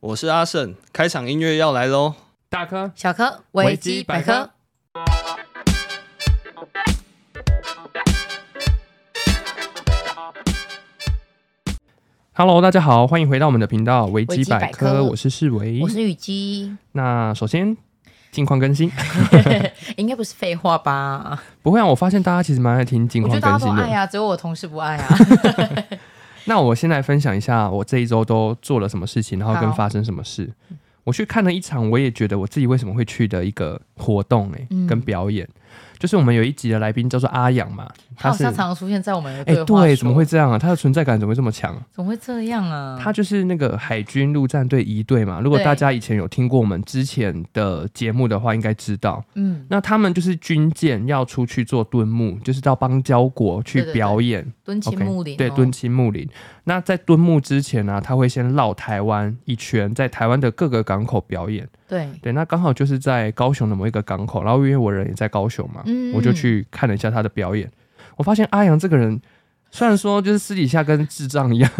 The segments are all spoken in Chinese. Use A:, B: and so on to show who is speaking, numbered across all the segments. A: 我是阿胜，开场音乐要来喽。
B: 大科
C: 小柯
B: 维
C: 维
B: 基
C: 基
B: 百
C: 百
B: 科
C: 科，
B: ，Hello，大家好，欢迎回到我们的频道维基
C: 基
B: 百
C: 百
B: 科，
C: 科
B: 我是世维
C: 我。是雨姬，
B: 那首先近况更新，
C: 应该不是废话吧？
B: 不会啊，我发现大家其实蛮爱听近
C: 我觉
B: 况
C: 得大
B: 更
C: 家都
B: 新
C: 爱
B: 的。
C: 啊，只有我同事不爱啊。
B: 那我先来分享一下我这一周都做了什么事情，然后跟
C: 好嗯
B: 发生什么事。我去看了一场，我也觉得我自己为什么会去的一个活动、欸，
C: 嗯
B: 跟表演，就是我们有一集的来宾叫做阿阳嘛，
C: 他
B: 他
C: 好
B: 是
C: 像常常出现在我们的
B: 哎、
C: 对话、
B: 对，怎么会？这样啊？他的存在感怎么会这么强、
C: 怎么会这样啊？
B: 他就是那个海军陆战队一队嘛。如果
C: 对
B: 大家以前有听过我们之前的节目的话，应该知道，
C: 嗯，
B: 那他们就是军舰要出去做蹲木，就是到邦交国去
C: 对对对
B: 表演。
C: 蹲青
B: OK，
C: 木林、哦
B: 对，蹲青木林。那在蹲木之前呢、他会先绕台湾一圈，在台湾的各个港口表演。
C: 对，
B: 对，那刚好就是在高雄的某一个港口，然后因为我人也在高雄嘛，
C: 嗯
B: 我就去看了一下他的表演。我发现阿阳这个人，虽然说就是私底下跟智障 一样，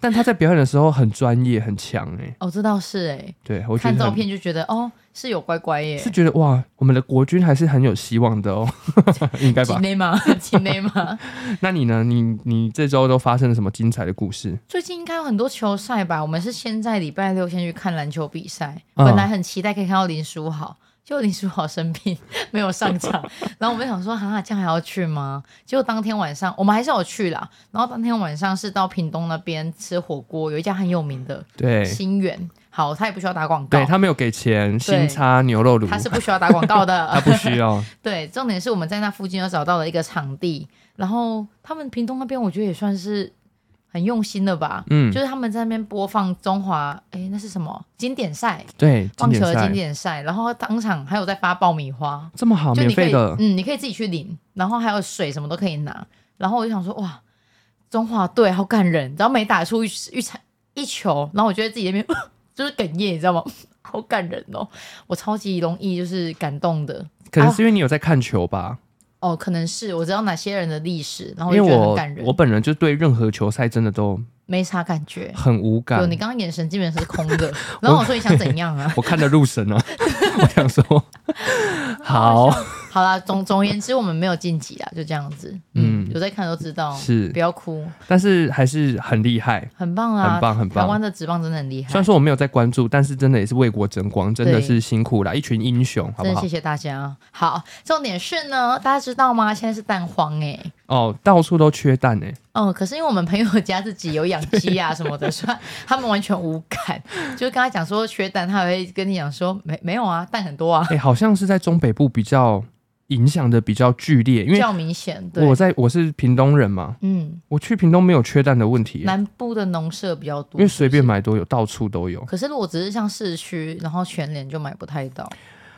B: 但他在表演的时候很专业、很强哎、
C: 哦，这倒是哎、
B: 对我觉得
C: 看照
B: 很
C: 片就觉得哦，是有乖乖耶、
B: 是觉得哇，我们的国军还是很有希望 的哦， 应该
C: 姐
B: 吧？
C: 妹吗？ 姐妹吗？
B: 那你呢？你你这周都发生了什么精彩的故事？
C: 最近应该有很多球赛吧？我们是先在礼拜六先去看篮球比赛，
B: 嗯
C: 本来很期待可以看到林书豪，结果林书豪生病没有上场，然后我们想说，哈，这样还要去吗？结果当天晚上我们还是有去啦，然后当天晚上是到屏东那边吃火锅，有一家很有名的
B: 对，
C: 新源，好，他也不需要打广告
B: 对，他没有给钱，
C: 对
B: 新叉牛肉炉，
C: 他是不需要打广告
B: 他
C: 的，
B: 不需 要。
C: 对，重点是我们在那附近又找到了一个场地，然后他们屏东那边我觉得也算是很用心的吧，
B: 嗯，
C: 就是他们在那边播放中华，哎、那是什么经典赛？
B: 对，经
C: 棒球
B: 典
C: 的
B: 赛
C: 经典赛，然后当场还有在发爆米花，
B: 这么好，
C: 就
B: 哦免
C: 你可
B: 费
C: 以，
B: 的，
C: 嗯，你可以自己去领，然后还有水什么都可以拿。然后我就想说，哇，中华队好感人，然后每打出一一场一球，然后我觉得自己那边 就是哽咽，你知道吗？ 好感人哦，我超级容易就是感动的。
B: 可能是因为你有在看球吧？
C: 哦，可能是我知道哪些人的历史，然后我
B: 因
C: 就
B: 为
C: 觉得很
B: 我
C: 感人，
B: 我本人就对任何球赛真的都
C: 没啥感觉。
B: 很无
C: 有，
B: 感
C: 你，刚刚眼神基本上是空 的。然后我说你想怎样啊？
B: 我看得入神 啊，我想说，好，
C: 好哦啦，总总而言之，我们没有晋级啦，就这样子。
B: 嗯
C: 嗯，有在看都知道，
B: 是
C: 不，要哭，
B: 但是还是很厉害。
C: 很棒啊，
B: 很棒很棒
C: 台湾的职棒真的很厉
B: 虽然
C: 害，
B: 说我没有在关注，但是真的也是为国争光，真的
C: 对
B: 是辛苦啦，一群英雄，好
C: 真
B: 不
C: 的
B: 好
C: 谢？谢大家。啊好，重点是呢，大家知道吗？现在是蛋荒哎、
B: 哦，到处都缺蛋哎，
C: 嗯，可是因为我们朋友家自己有养鸡 啊什么的，所以他们完全无感。就是跟他讲说缺蛋，他还会跟你讲说没没有啊，蛋很多啊，
B: 哎，好像是在中北部比较影响的比较剧烈，因
C: 比
B: 为
C: 较明显。对，
B: 我在我是屏东人嘛，
C: 嗯，
B: 我去屏东没有缺蛋的问题，欸
C: 南部的农舍比较多，
B: 因为随便
C: 是
B: 买都有，到处都有
C: 不是。。可是如果只是像市区，然后全联就买不太到。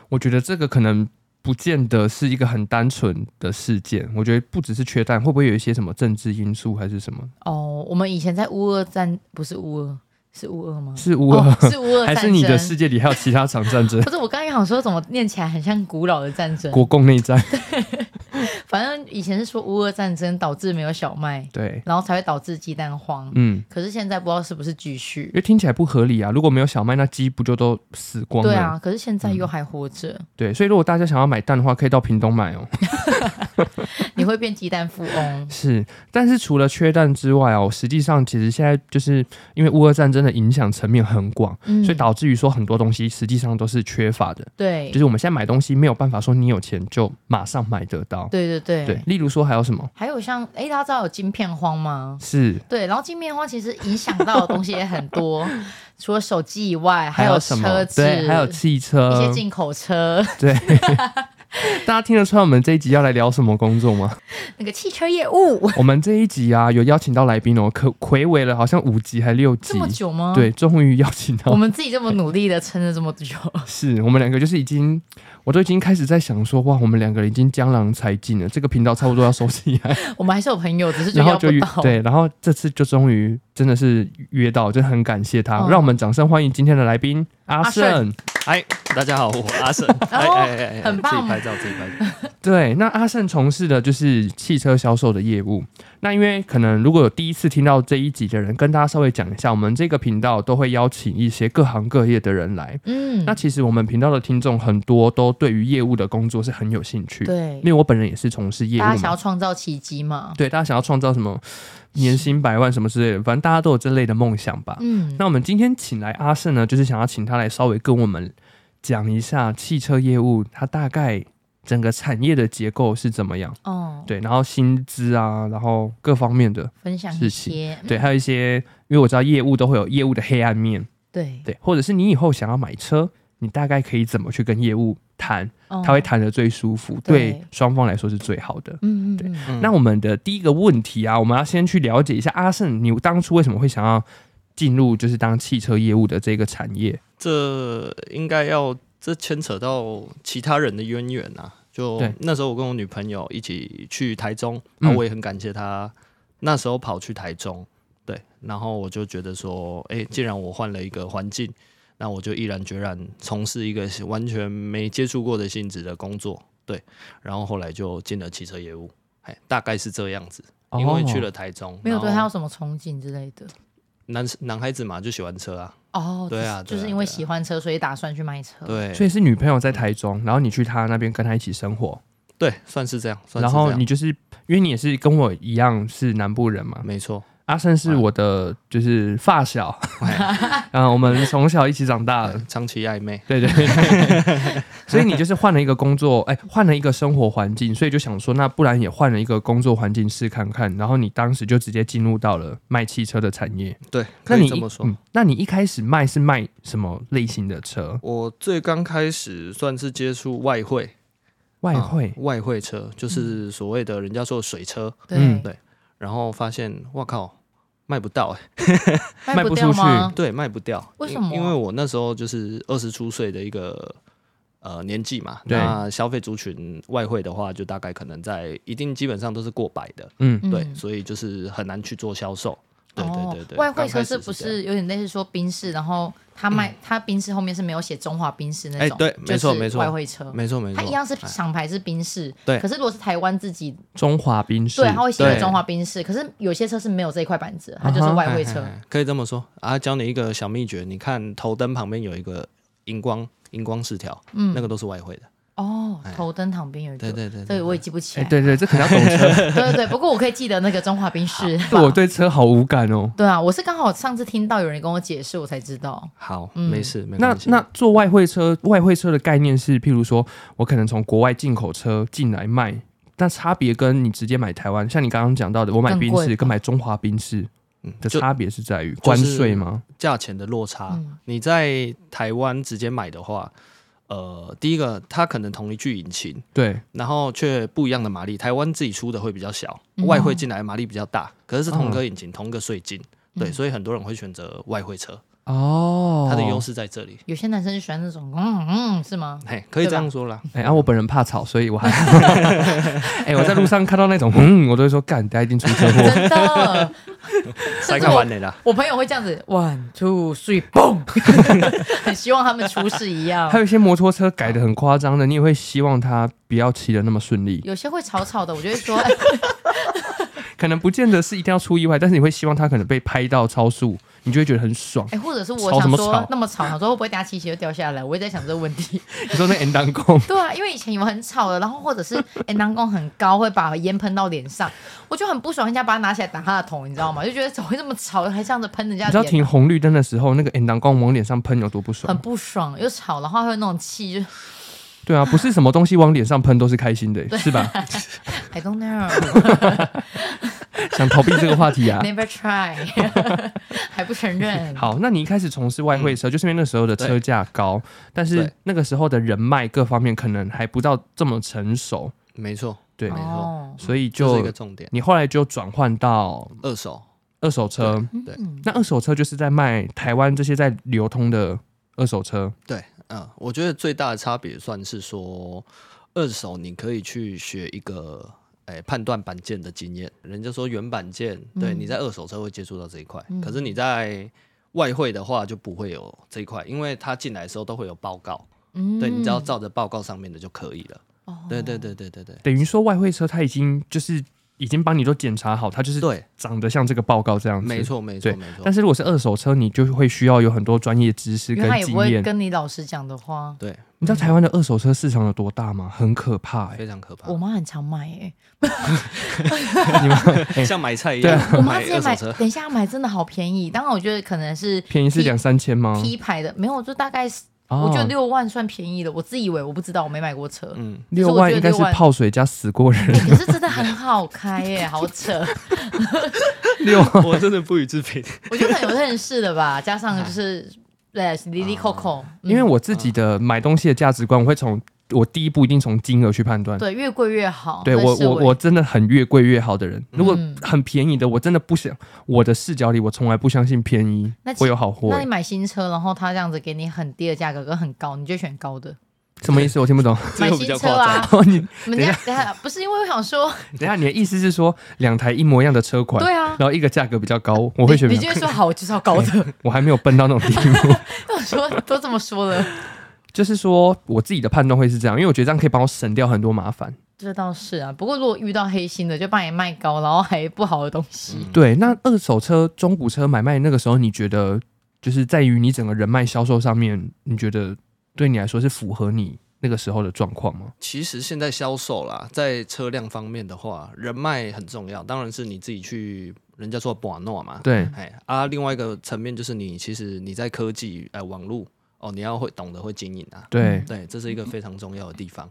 B: 我觉得这个可能不见得是一个很单纯的事件，我觉得不只是缺蛋，会不会有一些什么政治因素还是什么？
C: 哦，我们以前在乌俄战，不是乌俄，是乌俄吗？
B: 是乌俄、
C: 哦、是乌 俄
B: 还
C: 战
B: 是
C: 争。
B: 你的世界里还有其他场战 争？
C: 不是，我刚才想说怎么念起来很像古老的战争。
B: 国共内战，
C: 反正以前是说乌俄战争导致没有小麦，
B: 对，
C: 然后才会导致鸡蛋荒。
B: 嗯，
C: 可是现在不知道是不是继
B: 因
C: 续。
B: 为听起来不合理啊！如果没有小麦，那鸡不就都死光了？
C: 对啊，可是现在又还活着，
B: 对所以如果大家想要买蛋的话，可以到屏东买哦。。
C: 你会变鸡蛋富翁
B: 是，但是除了缺蛋之外哦，实际上其实现在就是因为乌俄战争的影响层面很广，
C: 嗯
B: 所以导致于说很多东西实际上都是缺乏的。
C: 对
B: 就是我们现在买东西没有办法说你有钱就马上买得到。
C: 对对对
B: 对，例如说还有什么
C: 还有像哎，大家知道有金片荒吗？
B: 是
C: 对，然后金片荒其实影响到的东西也很多， 除了手机以外，
B: 有
C: 有
B: 什么
C: 车？子，
B: 对，还有汽
C: 一
B: 车
C: 些。进口车，
B: 对， 大家听得出来我们这一集要来聊什么工作 吗？
C: 那个汽车业务，
B: 我们这一集啊，有邀请到来宾哦，可魁违了好像五集还六
C: 这
B: 集
C: 么，久吗？，
B: 对，终于邀请
C: 我
B: 到。
C: 们自己这么努力的撑了这么久，
B: 是我们两个就是已经，我都已经开始在想说，哇，我们两个人已经江郎才尽了，这个频道差不多要收起来。
C: 我们还是有朋友，只是就
B: 然后
C: 要
B: 就
C: 不
B: 约
C: 到。
B: 对，然后这次就终于真的是约到，真的很感谢他，
C: 嗯
B: 让我们掌声欢迎今天的来宾阿
C: 阿
B: 胜。
A: 哎，大家好，我阿胜。哎哎哎哎，
C: 很棒
A: 自己拍照，自己拍照。
B: 对，那阿胜从事的就是汽车销售的业务。那因为可能如果有第一次听到这一集的人，跟大家稍微讲一下，我们这个频道都会邀请一些各行各业的人来。
C: 嗯
B: 那，其实我们频道的听众很多都对于业务的工作是很有兴趣，
C: 对
B: 因，为我本人也是从事业务
C: 大家想
B: 嘛
C: 要。创造奇迹嘛？
B: 对，大家想要创造什么年薪百万什么之类的，反正大家都有这类的梦想吧。
C: 嗯，
B: 那我们今天请来阿胜呢，就是想要请他来稍微跟我们讲一下汽车业务它大概整个产业的结构是怎么样，
C: 哦，
B: 对，然后薪资啊，然后各方面的，
C: 分享一
B: 事情
C: 些，嗯
B: 对，还有一些，因为我知道业务都会有业务的黑暗面，
C: 对，
B: 对，或者是你以后想要买车，你大概可以怎么去跟业务谈，
C: 他
B: 他会，谈的最舒服，
C: 哦对
B: 对双方来说是最好的。
C: 嗯嗯，
B: 对
C: 嗯
A: 嗯
B: 那我们的第一个问题啊，我们要先去了解一下阿胜，你当初为什么会想要进入就是当汽车业务的这个产业？
A: 这应该要这牵扯到其他人的渊源啊。就
B: 对
A: 那时候我跟我女朋友一起去台中，
B: 嗯
A: 那我也很感谢她那时候跑去台中，对，然后我就觉得说，哎、既然我换了一个环境，那我就毅然决然从事一个完全没接触过的性质的工作，对，然后后来就进了汽车业务，哎，大概是这样子，因为去
B: 哦
A: 了台中，
C: 没有对
A: 然
C: 他
A: 后
C: 有什么憧憬之类的。
A: 男男孩子嘛就喜欢车啊，
C: 哦，
A: 对啊对
C: 就是
A: 啊
C: 就是因为
A: 对啊
C: 喜欢车，所以打算去买车。，
A: 对
B: 所以是女朋友在台中，然后你去她那边跟她一起生活，
A: 对，算是这样，算
B: 然
A: 是这
B: 后
A: 样
B: 你就是因为你也是跟我一样是南部人嘛，
A: 没错。
B: 阿胜是我的就是 发小，嗯，我们从小一起长大的，
A: 长期暧昧，
B: 对对对， 所以你就是换了一个工作，哎，换了一个生活环境，所以就想说，那不然也换了一个工作环境试看看。然后你当时就直接进入到了卖汽车的产业。
A: 对，可
B: 那你
A: 以
B: 一
A: 这么说。
B: 嗯那你一开始卖是卖什么类型的车？
A: 我最刚开始算是接触外汇，
B: 外汇
A: 啊、外汇车就是所谓的人家说的水车，
C: 对
B: 嗯，
A: 对然后发现哇靠，卖不到哎、
B: 卖
C: 不
B: 不
C: 掉
B: 出去
C: 吗？
A: 对，卖不掉，
C: 哦为
A: 因
C: 什么啊
A: 因为我那时候就是二十出岁的一个呃年纪嘛，
B: 对
A: 那消费族群外汇的话，就大概可能在一定基本上都是过百的，
B: 嗯，
C: 嗯
A: 对，所以就是很难去做销售。对对对对，
C: 哦、外汇
A: 刚
C: 车
A: 开
C: 是
A: 始
C: 不
A: 这样？嗯
C: 是有点类似说宾士，然后他卖、他宾士后面是没有写中华宾士那
A: 哎
C: 种，
A: 对没错
C: 就是
A: 没错
C: 外汇车，
A: 没错没错，
C: 它一样是
A: 哎
C: 厂牌是宾士，
A: 对
C: 可是如果是台湾自己，
B: 中华宾士，
C: 对，它会写
A: 对
C: 中华宾士，可是有些车是没有这一块板子的，它就是外汇车
A: 哎，哎哎可以这么说啊。教你一个小秘诀，你看头灯旁边有一个荧光荧光饰条，
C: 嗯
A: 那个都是外汇的。
C: 哦，头灯旁边有一个，
A: 哎对对对
C: 这
A: 对
C: 个我也记不起
B: 哎，
C: 来，
B: 对对，这可能要懂车，
C: 对对对，不过我可以记得那个中华宾士，
B: 我对车好无感哦。
C: 对啊，我是刚好上次听到有人跟我解释，我才知道，
A: 好，
C: 嗯
A: 没事，没
B: 那
A: 关系。
B: 那做外汇车，外汇车的概念是，譬如说我可能从国外进口车进来卖，那差别跟你直接买台湾，像你刚刚讲到的，我买
C: 更
B: 宾
C: 贵
B: 士
C: 吧
B: 跟买中华宾士
A: 嗯
B: 的
A: 就
B: 差别是在于关税吗？
A: 价钱的落差
C: 嗯，
A: 你在台湾直接买的话，呃，第一个它可能同一具引擎，
B: 对，
A: 然后却不一样的马力，台湾自己出的会比较小，
C: 嗯
A: 外汇进来的马力比较大，可是是同个引擎，同个税金。对，
C: 嗯
A: 所以很多人会选择外汇车，
B: 哦，
A: 它的优。势在这里。
C: 有些男生是喜欢那种，嗯嗯，是吗？
A: 嘿，可以
C: 对吧
A: 这样说啦。
B: 哎，啊，我本人怕吵，所以我还，哎，我在路上看到那种，嗯，我都会说，干，大家一定出车祸。
C: 真的，
A: 塞
C: 甚至
A: 看
C: 我
A: 完了啦，
C: 我朋友会这样子，one two three，嘣，很希望他们出事一样
B: 还。有一些摩托车改的很夸张的，你也会希望它不要骑的那么顺利，
C: 有些会吵吵的，我就会 说，哎
B: 可能不见得是一定要出意外，但是你会希望它可能被拍到超速，你就会觉得很爽。
C: 哎，或者是我
B: 吵什
C: 想
B: 么
C: 说
B: 吵
C: 那么吵，想说会不会等下骑鞋又掉下来？我也在想这个问题。
B: 你说那 N 当工，
C: 对啊，因为以前有很吵的，然后或 者是哎，南宫很高，会把烟喷到脸上，我就很不爽，人家把它拿起来打他的头，你知道吗？就觉得怎么会这么吵，还这样子喷人家
B: 你知道
C: 的脸，
B: 停红绿灯的时候，那个 N 当光往脸上喷有多不
C: 很
B: 爽？
C: 不爽，又吵，然后还有那种气，就
B: 对啊，不是什么东西往脸上喷都是开 心的，是吧？
C: I don't know
B: 想逃避这个话 题啊。
C: never try，还不承认。
B: 好，那你一开始从事外汇车，就是因为那时候的车价高，但是
A: 嗯对
B: 那个时候的人脉各方面可能还不到这么成熟，
A: 没错，
B: 对，
A: 没错
C: 哦
B: 所以
A: 这是一个
B: 就
A: 重点。
B: 你后来就转换到
A: 二手，
B: 二手车，
A: 对，
C: 嗯
B: 那二手车就是在卖台湾这些在流通的二手车，
A: 对，嗯，我觉得最大的差别算是说，二手你可以去学一个，哎、判断板件的经验。人家说原板件，对，
C: 嗯
A: 你在二手车会接触到这一块，
C: 嗯
A: 可是你在外汇的话就不会有这一块，因为它进来的时候都会有报告，
C: 嗯
A: 对你只要照着报告上面的就可以了。
C: 哦
A: 对对，对对对对
B: 等于说外汇车它已经就是已经帮你都检查好，它就是
A: 对，
B: 长得像这个报告这样子。
A: 没。错没
B: 对
A: 错没错
B: 但，是如果是二手车，你就会需要有很多专业知识
C: 因
B: 跟
C: 为他也
B: 经
C: 不会
B: 验。
C: 跟你老实讲的话，
A: 对，
B: 你知道台湾的二手车市场有多大吗？很可怕哎、
A: 非常可怕
C: 我，妈很常买欸 诶、
B: 你们哎
A: 像买菜一
B: 对
A: 样
B: 啊，
C: 我妈
A: 买
C: 之前买
A: 二手， 车，
C: 等一下买真的好便宜，当然我觉得可能是
B: 便宜是两三千吗？
C: T 牌的，没有，就大概是、
B: 哦
C: 我觉得六万算便宜了，我自以为我不知道，我没买过车。
A: 嗯，
B: 六
C: 我
B: 万
C: 觉得
B: 应该是
C: 六万
B: 泡水加死过人，
C: 欸可是真的很好开耶、好 扯！
B: 六万
A: 我真的不予置评。
C: 我觉得可能有认识的吧，加上就是对 Lily Coco，、嗯
B: 啊哦因为我自己的买东西的价值观，我会从我第一步一定从金额去判断。
C: 对越贵越好。
B: 对
C: 这
B: 我
C: 是
B: 我我真的很越贵越好的人，如果
C: 嗯
B: 很便宜的，我真的不想。我的视角里，我从来不相信便宜
C: 那其
B: 会有好货
C: 那
B: 欸
C: 你。买新车，然后他这样子给你很低的价格跟很高，你就选 高的。
B: 什么意思？我听不懂。
A: 这
C: 买
A: 个比较
C: 新车
A: 夸张
C: 啊，
B: 哦，你
C: 我
B: 等
C: 们
B: 一
C: 家
B: 下
C: 等一下不是因为我想说，
B: 等一下，你的意思是说两台一模一样的车款，
C: 对啊
B: 然，后一个价格比较高，我会选
C: 你
B: 比
C: 你
B: 较
C: 就会说好，我就是要高的。
B: 我还没有笨到那种地步。
C: 我说都这么说了，
B: 就是说我自己的判断会是这样，因为我觉得这样可以帮我省掉很多麻烦。
A: 嗯
C: 这倒是啊。不过如果遇到黑心的，就帮你卖高，然后还不好的东西，
B: 对，那二手车、中古车买卖那个时候，你觉得就是在于你整个人脉销售上面，你觉得对你来说是符合你那个时候的状况吗？
A: 其实现在销售啦，在车辆方面的话，人脉很重要，当然是你自己去，人家说把诺嘛，
B: 对，
A: 哎啊，另外一个层面就是你其实你在科技呃网络哦，你要会懂得会经营啊，
B: 对，
A: 对，这是一个非常重要的地方。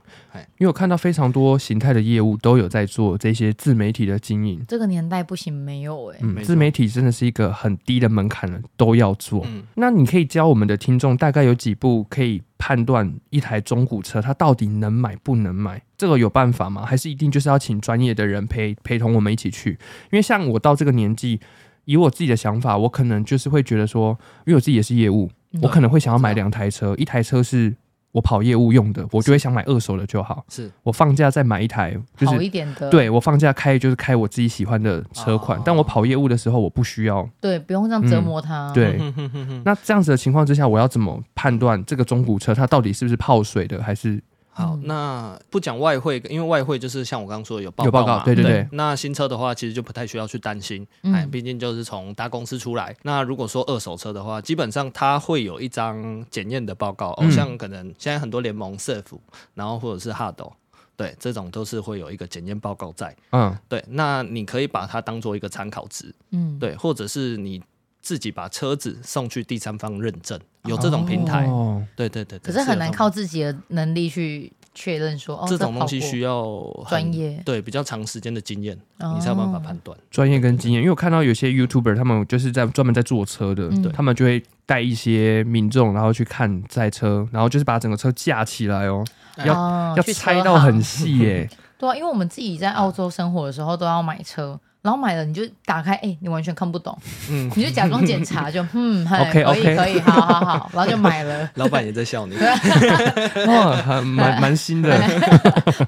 B: 因为我看到非常多形态的业务都有在做这些自媒体的经营。
C: 这个年代不行，没有哎、
B: 嗯，
A: 没错
B: 自媒体真的是一个很低的门槛了，都要做。
A: 嗯
B: 那你可以教我们的听众大概有几步可以判断一台中古车它到底能买不能买？这个有办法吗？还是一定就是要请专业的人陪陪同我们一起去？因为像我到这个年纪，以我自己的想法，我可能就是会觉得说，因为我自己也是业务，
C: 嗯
B: 我可能会想要买
A: 知道
B: 两台车，一台车是我跑业务用的，我就会想买二手的就好，
C: 嗯
A: 是
B: 我放假再买一台，就
C: 好
B: 是
C: 一点的，
B: 对我放假开就是开我自己喜欢的车款，
A: 哦
B: 但我跑业务的时候我不需要。
C: 对，不用这样折磨
B: 嗯
C: 他。
B: 对，那这样子的情况之下，我要怎么判断这个中古车它到底是不是泡水的，还是
A: 好，
C: 嗯
A: 那不讲外汇，因为外汇就是像我刚刚说的有报
B: 有报告
A: 嘛
B: 对对
A: 对
B: 对
A: 那新车的话，其实就不太需要去担心，
C: 嗯
A: 哎，毕竟就是从大公司出来。那如果说二手车的话，基本上它会有一张检验的报告，哦
B: 嗯，
A: 像可能现在很多联盟社服，然后或者是哈斗。对，这种都是会有一个检验报告在。
B: 嗯
A: 对，那你可以把它当做一个参考值，
C: 嗯，
A: 对，或者是你自己把车子送去第三方认证，有这种平台。
B: 哦，
A: 对对对对。
C: 可是很难
A: 有这种
C: 靠哦自己的能力去确认说，哦，
A: 这种东西需
C: 要
A: 要很
C: 专业哦
A: 对比较长时间的经验，你才有办法判断。
B: 专业跟经验。因为我看到有些 YouTuber 他们就是在专门在坐车的，
C: 嗯对
B: 他们就会带一些民众，然后去看赛车，然后就是把整个车架起来哦，要
C: 要
B: 要拆到很嗯细耶、
C: 对啊，因为我们自己在澳洲生活的时候都要买车，然后买了你就打开，哎，你完全看不懂，
A: 嗯
C: 你就假装检查，就 嗯，嗨
B: OK，
C: 可以
B: OK
C: 可以，好好好，然后就买了，
A: 老板也在笑 你，
B: 哇，还蛮蛮新的，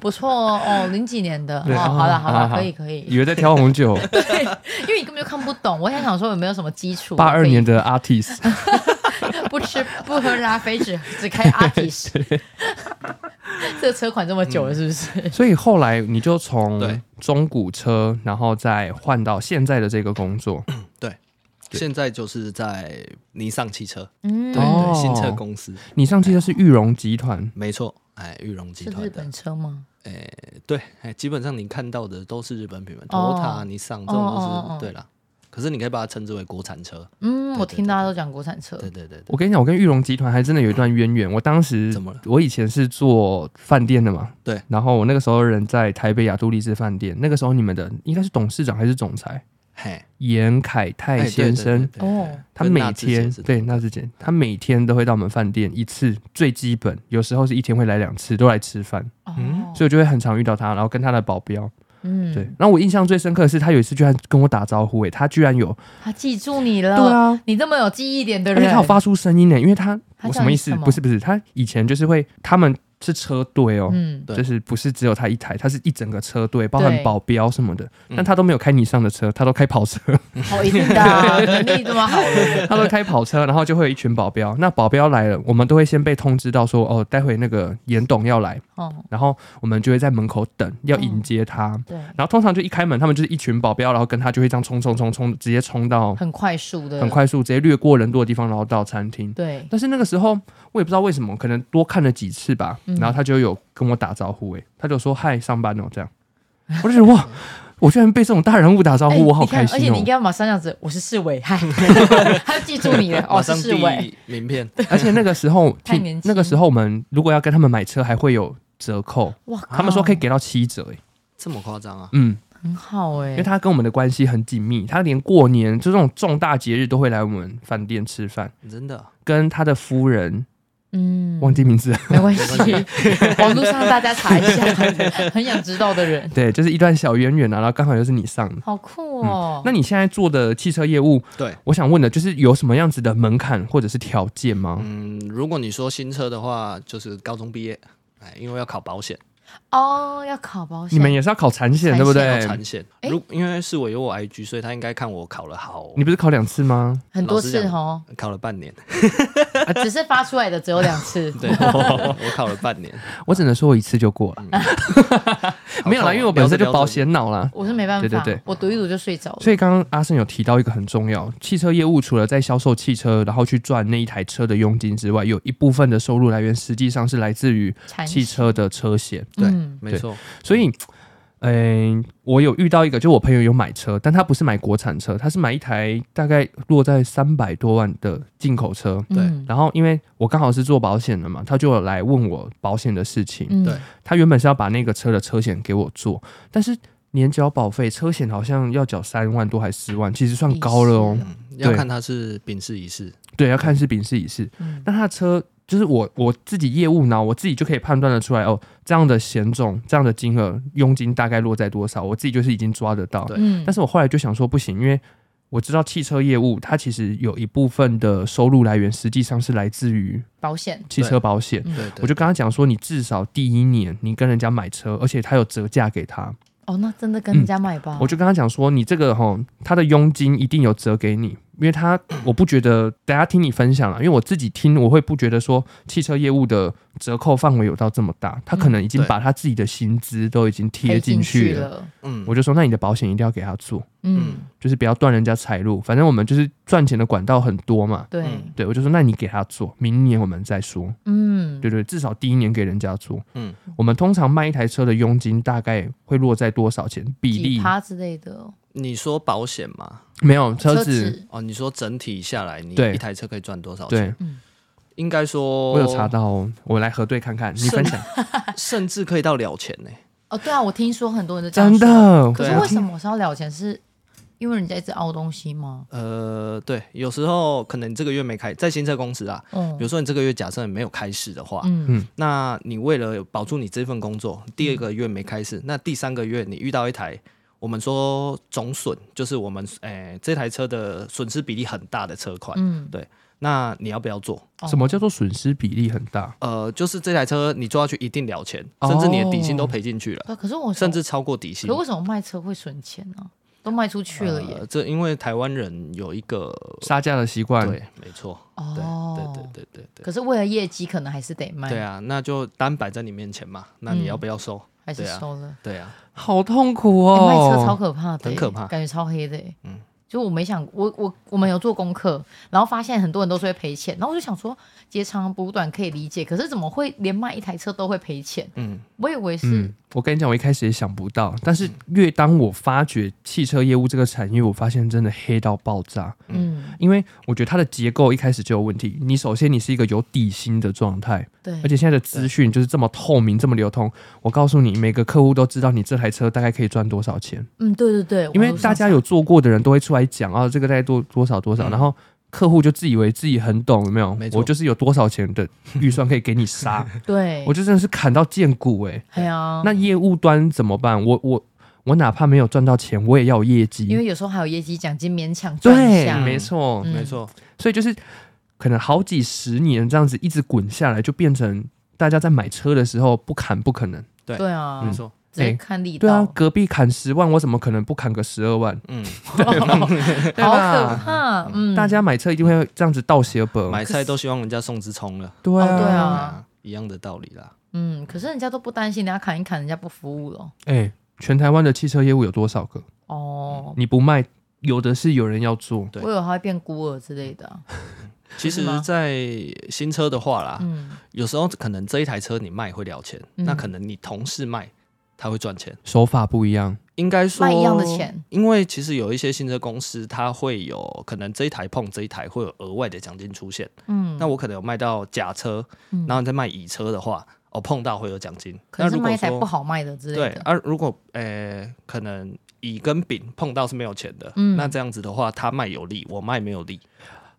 C: 不错哦，哦零几年的，
B: 对啊
C: 哦，好了
B: 好
C: 好
B: 好
C: 了，
B: 好
C: 可以可以
B: 以，为在挑红酒。
C: 对， 因为你根本就看不懂，我想想说有没有什么基础，
B: 八二
C: 可以
B: 年的 Artist，
C: 不吃不喝拉菲，只只开阿提 斯。 这个车款这么久了，是 不是？
B: 所以后来你就从
A: 对
B: 中古车，然后再换到现在的这个工作。
A: 现在就是在尼桑汽车，
C: 嗯
A: 对
B: 哦
A: 对，新车公司，
B: 你上汽车是裕隆集团，
A: 没错，哎，裕隆集
C: 是
A: 团
C: 日
A: 的
C: 本，车吗？
A: 对，哎，基本上你看到的都是日本品牌
C: 哦
A: ，Toyota、尼桑这
C: 哦
A: 种
C: 哦哦
A: 都是对啦。可是你可以把它称之为国产车，
C: 嗯，
A: 对
C: 我听大家都讲国产车。
A: 对对对对，
B: 我跟你讲，我跟裕隆集团还真的有一段渊源。我当时
A: 怎么了
B: 我以前是做饭店的嘛，
A: 对。
B: 然后我那个时候人在台北雅都丽士饭店，那个时候你们的应该是董事长还是总裁
A: 嘿，
B: 严凯泰
A: 哎
B: 先生，，
A: 对对对对哎对
C: 哦
B: 他
A: 跟
B: 每
A: 纳智
B: 天
A: 先生
B: 对那之前，他每天都会到我们饭店一次，最基本，有时候是一天会来两次，都来吃饭，
C: 哦，
A: 嗯
B: 所以我就会很常遇到他，然后跟他的保镖。
C: 嗯，
B: 对，，然后我印象最深刻的是，他有一次居然跟我打招呼、欸，他居然有，
C: 他记住你了。
B: 对，啊，
C: 你这么有记忆点的
B: 而且
C: 人
B: 他有，发出声音呢、因为他我
C: 他叫
B: 什么
C: 你
B: 意思
C: 什？么
B: 不是不是，他以前就是会他们是车队哦，
C: 嗯，
A: 对
B: 就是不是只有他一台，他是一整个车队，包含
C: 对
B: 保镖什么的，
A: 嗯
B: 但他都没有开你上的车，他都开 跑车，
C: 好一定 的啊，能力这么好的，
B: 他都开跑车，然后就会有一群保镖。那保镖来了，我们都会先被通知到说，哦，待会那个严董要来，
C: 哦，
B: 然后我们就会在门口等，要迎接他。
C: 对，
B: 然后通常就一开门，他们就是一群保镖，然后跟他就会这样冲冲冲冲，直接冲到
C: 很快速的，
B: 很，快速，直接掠过人多的地方，然后到餐厅。
C: 对，
B: 但是那个时候我也不知道为什么，可能多看了几次吧，
C: 嗯
B: 然后他就有跟我打招呼、欸，他就说嗨上班哦这样，我就觉得哇，我居然被这种大人物打招
C: 哎
B: 呼，我好
C: 你看
B: 开
C: 而且
B: 心
C: 你
B: 哦
C: 应、该马上这样子，我是市委，嗨，他就记住你了，
A: 马
C: 哦，
A: 上
C: 是市委，
A: 递名片，
B: 而且那个时候
C: 太
B: 听
C: 年轻
B: 那个时候我们如果要跟他们买车，还会有折扣，
C: 哇，
B: 他们说可以给到七折、欸，
A: 这么夸张啊？
B: 嗯，
C: 很好哎
B: 因为，他跟我们的关系很紧密，他连过年就这种重大节日都会来我们饭店吃饭，
A: 真的啊？
B: 跟他的夫人
C: 嗯，
B: 忘记名字了，
C: 没关系
A: 没 关，
C: 网络上大家查一下，很想知道的 人，
B: 对，就是一段小渊源啊，然后刚好又是你上的。
C: 好酷哦，
B: 那你现在做的汽车业务，
A: 对，
B: 我想问的就是有什么样子的门槛或者是条件吗？
A: 嗯，如果你说新车的话，就是高中毕业，哎，因为要考保险，
C: 哦，要考保险，
B: 你们也是要考产险
C: 产险
B: 对不
A: 要
B: 对？
A: 产险。如因为是我有我 IG，所以他应该看我考了好，
B: 你不是考两次吗？
C: 很多
A: 老实讲
C: 次哦，
A: 考了半年，
B: 啊
C: 只是发出来的只有 两次，
A: 对， 我考了半年，
B: 我只能说我一次就过了，
A: 嗯
C: 嗯
B: 没有啦，因为我本身就保险脑啦。
C: 我是没办法，
B: 对对对
C: 我读一读就睡着了。
B: 所以刚刚阿胜有提到一个很重要，汽车业务除了在销售汽车，然后去赚那一台车的佣金之外，有一部分的收入来源实际上是来自于
C: 产
B: 汽车的车险。
A: 对
C: 嗯，
A: 没错，
B: 所以，嗯、我有遇到一个，就我朋友有买车，但他不是买国产车，他是买一台大概落在三百多万的进口车。
A: 对
C: 嗯
B: 然后，因为我刚好是做保险的嘛，他就有来问我保险的事情。
C: 嗯
A: 对
B: 他原本是要把那个车的车险给我做，但是年缴保费，车险好像要缴三万多还是四万，其实算高了哦
C: 也。
A: 嗯，要看他是丙式乙式，
B: 对，要看是丙是乙是。
C: 嗯
B: 那他的车就是我我自己业务呢，我自己就可以判断得出来哦，这样的险种、这样的金额、佣金大概落在多少，我自己就是已经抓得到。
A: 对
C: 嗯
B: 但是我后来就想说，不行，因为我知道汽车业务它其实有一部分的收入来源实际上是来自于
C: 保险
B: 汽车保险。
A: 对
B: 嗯我
A: 对，
B: 就跟他讲说，你至少第一年你跟人家买车，而且他有折价给他，
C: 哦，那真的跟人家买吧，
B: 我就跟他讲说，你这个吼，他的佣金一定有折给你，因为 他我不觉得，大家听你分享了，啊因为我自己听我会不觉得说汽车业务的折扣范围有到这么大，他可能已经
A: 嗯对
B: 把他自己的薪资都已经贴
C: 赔
B: 进
C: 进
B: 去了。
C: 了，
A: 嗯，
B: 我就说，那你的保险一定要给他做，
C: 嗯，
B: 就是不要断人家财路，反正我们就是赚钱的管道很多嘛。
C: 对，
A: 嗯
B: 对，我就说，那你给他做，明年我们再说。
C: 嗯，
B: 对对，至少第一年给人家做。嗯
A: 嗯，
B: 我们通常卖一台车的佣金大概会落在多少钱比
C: 几
B: 例？
C: 趴之类的，
A: 你说保险嘛，
B: 没有
C: 车
B: 车子，哦
A: 哦，你说整体下来，你
B: 对
A: 一台车可以赚多少钱？
B: 对，
A: 应该说，
B: 我有查到哦，我来核对看看。你
A: 是
B: 分享
A: 甚至可以到了钱呢、
C: 哦，对啊，我听说很多人都这样
B: 真
C: 说，
B: 的？
C: 可
A: 对
C: 是
A: 啊
C: 为什么我是要聊钱？是因为人家一直凹东西吗？
A: 呃，对，有时候可能你这个月没开，在新车公司啊，
C: 嗯
A: 比如说你这个月假设你没有开市的话，
C: 嗯
A: 那你为了保住你这份工作，第二个月没开市，那第三个月你遇到一台我们说总损，就是我们诶、这台车的损失比例很大的车款，
C: 嗯，
A: 那你要不要做？
C: 哦
B: 什么叫做损失比例很大？
A: 呃，就是这台车你做下去一定了钱，甚至你的底薪都赔进去了，
C: 对，啊可是我
A: 甚至超过底薪
C: 哦可。为什么卖车会损钱呢？都卖出去了耶
A: 呃，！这因为台湾人有一个
B: 杀价的习惯，
A: 对，没错，对
C: 哦，
A: 呃对对对对
C: 可是为了业绩，可能还是得卖，
A: 对，对，啊，那就单摆在你面前嘛，那
C: 嗯
A: 你要不要收？
C: 还是
A: 对啊
C: 收了。
A: 对啊，
B: 好痛苦
C: 欸卖车超
B: 哦。
C: 可怕的欸、
A: 很可怕
C: 感觉超黑的、欸。嗯，就我没想，我我我们有做功课，然后发现很多人都是会赔钱，然后我就想说，截长补短可以理解，可是怎么会连卖一台车都会赔钱？
A: 嗯，
C: 我以为是，
B: 嗯，我跟你讲，我一开始也想不到，但是越当我发觉汽车业务这个产业，我发现真的黑到爆炸。
C: 嗯，
B: 因为我觉得它的结构一开始就有问题。你首先你是一个有底薪的状态，
C: 对，
B: 而且现在的资讯就是这么透明、这么流通。我告诉你，每个客户都知道你这台车大概可以赚多少钱。
C: 嗯，对对对，
B: 因为
C: 网络上
B: 大家有做过的人都会出来讲啊，这个大概多多少多少，
A: 嗯
B: 然后客户就自以为自己很懂，有没有？
A: 没错
B: 我就是有多少钱的预算可以给你 杀，
C: 对，
B: 我就真的是砍到见骨哎、
C: 哎呀，
B: 那业务端怎么办？我我我哪怕没有赚到钱，我也要有业
C: 因为
B: 绩。
C: 有时候还有业绩奖金勉强赚一
B: 对
C: 下，，
B: 没错，
C: 嗯
A: 没错，
B: 所以就是可能好几十年这样子一直滚下来，就变成大家在买车的时候不砍不可能。
A: 对
C: 对啊，
A: 没错，
C: 直接
B: 嗯哎
C: 看力
B: 对啊
C: 道，，
B: 隔壁砍十万，我怎么可能不砍个十二万？
A: 嗯，
B: 对
C: 好可
B: 吧
C: 怕。嗯，
B: 大家买车一定会这样子倒血本，
A: 买菜都希望人家送支葱了，
B: 对
C: 哦对啊
B: 啊，
A: 一样的道理啦。
C: 嗯，可是人家都不担心，人家砍一砍，人家不服务了。
B: 哎，全台湾的汽车业务有多少个？
C: 哦，
B: 你不卖，有的是有人要做。
A: 对
C: 我以为他会变孤儿之类的啊。
A: 其
C: 是
A: 实
C: 吗，
A: 在新车的话啦，
C: 嗯，
A: 有时候可能这一台车你卖会了钱，
C: 嗯
A: 那可能你同事卖他会赚钱。
B: 手法不一样，
A: 应该说
C: 卖一样的钱，
A: 因为其实有一些新车公司，它会有可能这一台碰这一台会有额外的奖金出现。
C: 嗯，
A: 那我可能有卖到甲车，
C: 嗯
A: 然后你再卖乙车的话，哦碰到会有奖金。
C: 可
A: 那
C: 是
A: 如
C: 卖
A: 果
C: 一台不
A: 说
C: 好卖的之类
A: 对，啊
C: 的。
A: 而、如果呃可能乙跟丙碰到是没有钱的，
C: 嗯
A: 那这样子的话，他卖有利，我卖没有利。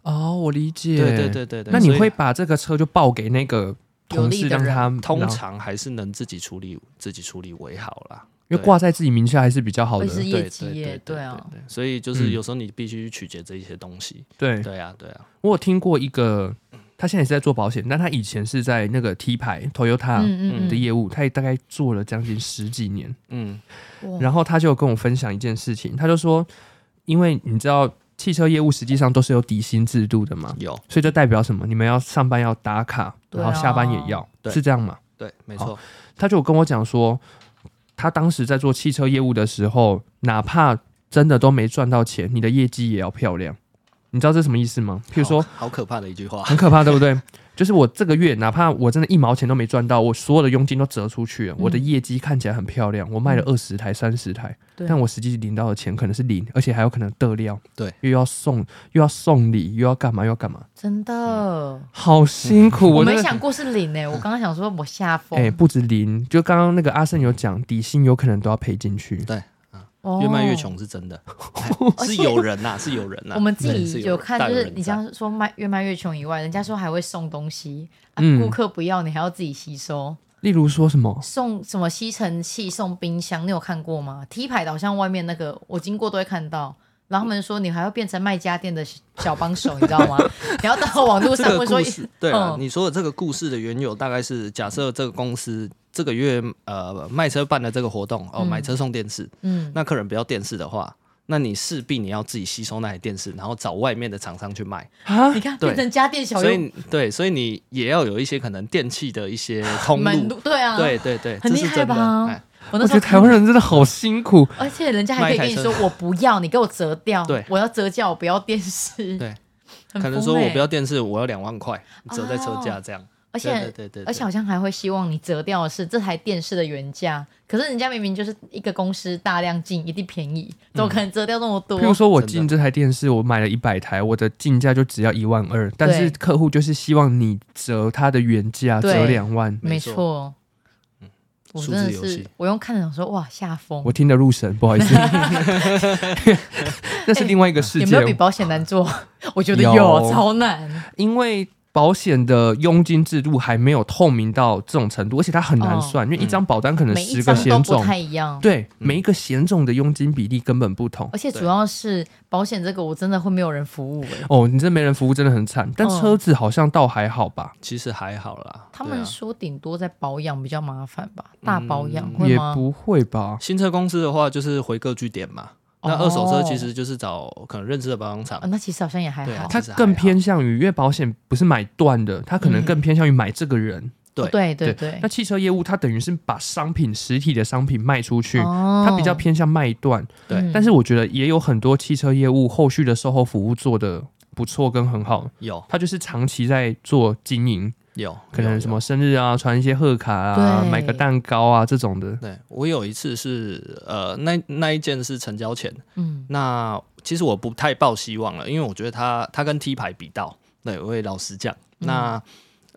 B: 哦，我理解。
A: 对对对对对。
B: 那你
A: 所以
B: 会把这个车就报给那个同
C: 有
B: 事，
C: 利的
B: 让
C: 人
B: 他
A: 通
B: 然后
A: 常还是能自己处理，自己处理为好啦。
B: 因为挂在自己名下还是比较好
C: 会
B: 的。
C: 是
A: 对
C: 业
A: 对
C: 绩
A: 对
C: 耶
A: 对，对
C: 啊，
A: 对所以就是
B: 嗯
A: 有时候你必须去曲解这一些东西。
B: 对，
A: 对啊，对啊，
B: 我有听过一个，他现在也是在做保险，但他以前是在那个 T 牌 Toyota
C: 嗯嗯
B: 的业务，他也大概做了将近十几年。
A: 嗯
C: 嗯，
B: 然后他就有跟我分享一件事情，他就说，因为你知道汽车业务实际上都是有底薪制度的嘛，
A: 有
B: 所以这代表什么？你们要上班要打卡，
C: 对
B: 然后下班
C: 啊
B: 也要，
A: 对
B: 是这样吗？
A: 对，没错，
B: 他就有跟我讲说，他当时在做汽车业务的时候，哪怕真的都没赚到钱，你的业绩也要漂亮。你知道这什么意思吗？譬如说，
A: 好好可怕的一句话，
B: 很可怕，对不对？ 就是我这个月，哪怕我真的一毛钱都没赚到，我所有的佣金都折出去了，我的业绩看起来很漂亮，我卖了二十台、三十台，
C: 嗯对
B: 但我实际领到的钱可能是零，而且还有可能得料，
A: 对，
B: 又要送又要送礼，又要干嘛又要干嘛，
C: 真的，
A: 嗯
B: 好辛苦。
C: 我
B: 我
C: 没
B: 真的
C: 想过是零诶，我刚刚想说我吓疯
B: 哎、，不止零，就刚刚那个阿胜有讲，底薪有可能都要赔进去。
C: 哦
A: 越卖越。穷啊是 真的，哎是有人呐，是有人啊呐。
C: 我们自
A: 对是
C: 己有
A: 人
C: 看，
A: 大
C: 就
A: 有
C: 是
A: 人
C: 你
A: 在
C: 刚刚说卖越卖越穷以外，人家说还会送东西，啊
B: 嗯
C: 顾客不要你还要自己吸收，
B: 例如说什么？
C: 送什么吸尘器、送冰箱，你有看过吗？T 牌的好像外面那个我经过都会看到，然后他们说你还要变成卖家电的小帮手，你知道吗？ 你要到网络
A: 这
C: 上
A: 个
C: 问说
A: 故，事，对啊，
C: 嗯
A: 你说的这个故事的缘由大概是假设这个公司这个月呃卖车办了这个活动哦，
C: 嗯
A: 买车送电视，
C: 嗯，
A: 那客人不要电视的话，那你势必你要自己吸收那台电视，然后找外面的厂商去卖，
B: 啊
C: 你，看
A: 对
C: 变成家电小
A: 所
C: 用
A: 以对，所以你也要有一些可能电器的一些通
C: 门
A: 路
C: 路，，对啊，
A: 对对对，
C: 很
A: 这是
C: 厉害
A: 真
C: 吧
A: 的，哎，
C: 我那
B: 我
C: 时
B: 觉得
C: 候
B: 台湾人真的好辛苦。
C: 而且人家还可以跟你说
A: 卖
C: 我不要，你给我折掉，
A: 对
C: 我要折价，我不要电视，
A: 对
C: 很疯欸，
A: 可能说我不要电视，我要两万块折在车
C: 哦
A: 价这样，
C: 而且
A: 对对对对，
C: 而且好像还会希望你折掉的是这台电视的原价，可是人家明明就是一个公司大量进，一定便宜，怎么可能折掉那么多？
A: 嗯
B: 譬如说，我
A: 真的
B: 进这台电视，我买了一百台，我的进价就只要一万二，但是客户就是希望你折他的原价，
C: 对
B: 折两万。
C: 没
A: 没
C: 错，
A: 错
C: 我
A: 嗯数
C: 真
A: 字
C: 的
A: 游
C: 是
A: 戏，
C: 我用看的想说，哇，吓疯
B: 我，听得入神，不好意 思，那是另外一个世
C: 哎有没
B: 界。
C: 有比保险难做？ 我觉得
B: 有
C: 有，超
A: 嗯
C: 难，
B: 因为保险的佣金制度还没有透明到这种程度，而且它很难算，因为一张保单可能
C: 哦嗯每一
B: 十个
C: 张都
B: 险
C: 不
B: 种，
C: 太一样。
B: 对，每一个险种的佣金比例根本不同。
C: 而且主要是保险这个，我真的会没有人服务、欸。
B: 哦，你这没人服务真的很惨，但
C: 嗯
B: 车子好像倒还好吧，
A: 其实还好啦，
C: 他
A: 对
C: 们
A: 啊
C: 说顶多在保养比较麻烦吧，大保养、
A: 嗯
C: 会
B: 也
C: 吗？
B: 不会吧？
A: 新车公司的话，就是回各据点嘛。那
C: 哦
A: 二手车其实就是找可能认识的保养厂
C: 啊，那其实好像也还
A: 对
C: 好
A: 啊。
B: 它
A: 其实还
B: 更
A: 好
B: 偏向于，因为保险不是买断的，它可能
C: 嗯
B: 更偏向于买这个人。
A: 对
C: 对哦
B: 对
C: 对对
B: 那，汽车业务它等于是把商品实体的商品卖出去，
C: 哦
B: 它比较偏向卖断。
A: 对
C: 嗯
B: 但是我觉得也有很多汽车业务后续的售后服务做的不错跟很好，
A: 有
B: 它就是长期在做经营，
A: 有
B: 可
A: 有
B: 能
A: 有
B: 什么生日啊，传一些贺卡啊，
C: 对
B: 买个蛋糕啊这种的。
A: 对我有一次是呃那那一件是成交前，
C: 嗯，
A: 那其实我不太抱希望了，因为我觉得他他跟 T 牌比到，对我也老实讲，那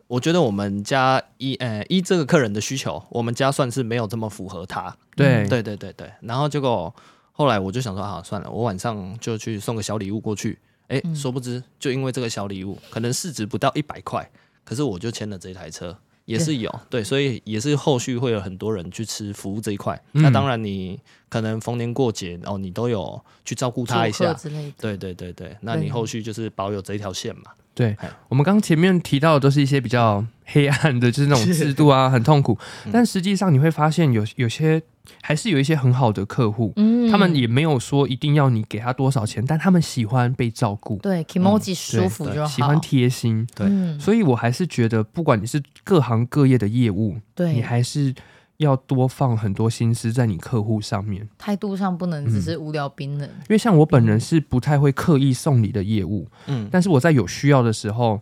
A: 我觉得我们家依呃依这个客人的需求，我们家算是没有这么符合他，
B: 对
A: 对对对对，然后结果后来我就想说啊，算了，我晚上就去送个小礼物过去。哎，
B: 嗯
A: 殊不知就因为这个小礼物，可能市值不到一百块，可是我就签了这台车，也是有对，所以也是后续会有很多人去吃服务这一块。那
B: 嗯
A: 当然，你可能逢年过节哦，你都有去照顾他一
C: 祝贺
A: 下。
C: 之类的。
A: 对对对对，那你
C: 嗯
A: 后续就是保有这一条线嘛。
B: 对
A: 哎，
B: 我们刚前面提到的都是一些比较黑暗的，就是那种制度 啊，很痛苦。
C: 嗯
B: 但实际上你会发现有，有些还是有一些很好的客户，
C: 嗯
B: 他们也没有说一定要你给他多少钱，但他们喜欢被照顾，
C: 对 k i m o j i 舒服
A: 对
C: 就好，
B: 嗯喜欢贴心。
A: 对
C: 嗯，
B: 所以我还是觉得，不管你是各行各业的业务，你
C: 对，
B: 还是要多放很多心思在你客户上面。
C: 态度上不能
B: 嗯
C: 只是无聊冰冷，
B: 因为像我本
C: 嗯
B: 人是不太会刻意送礼的业务，
A: 嗯，
B: 但是我在有需要的时候，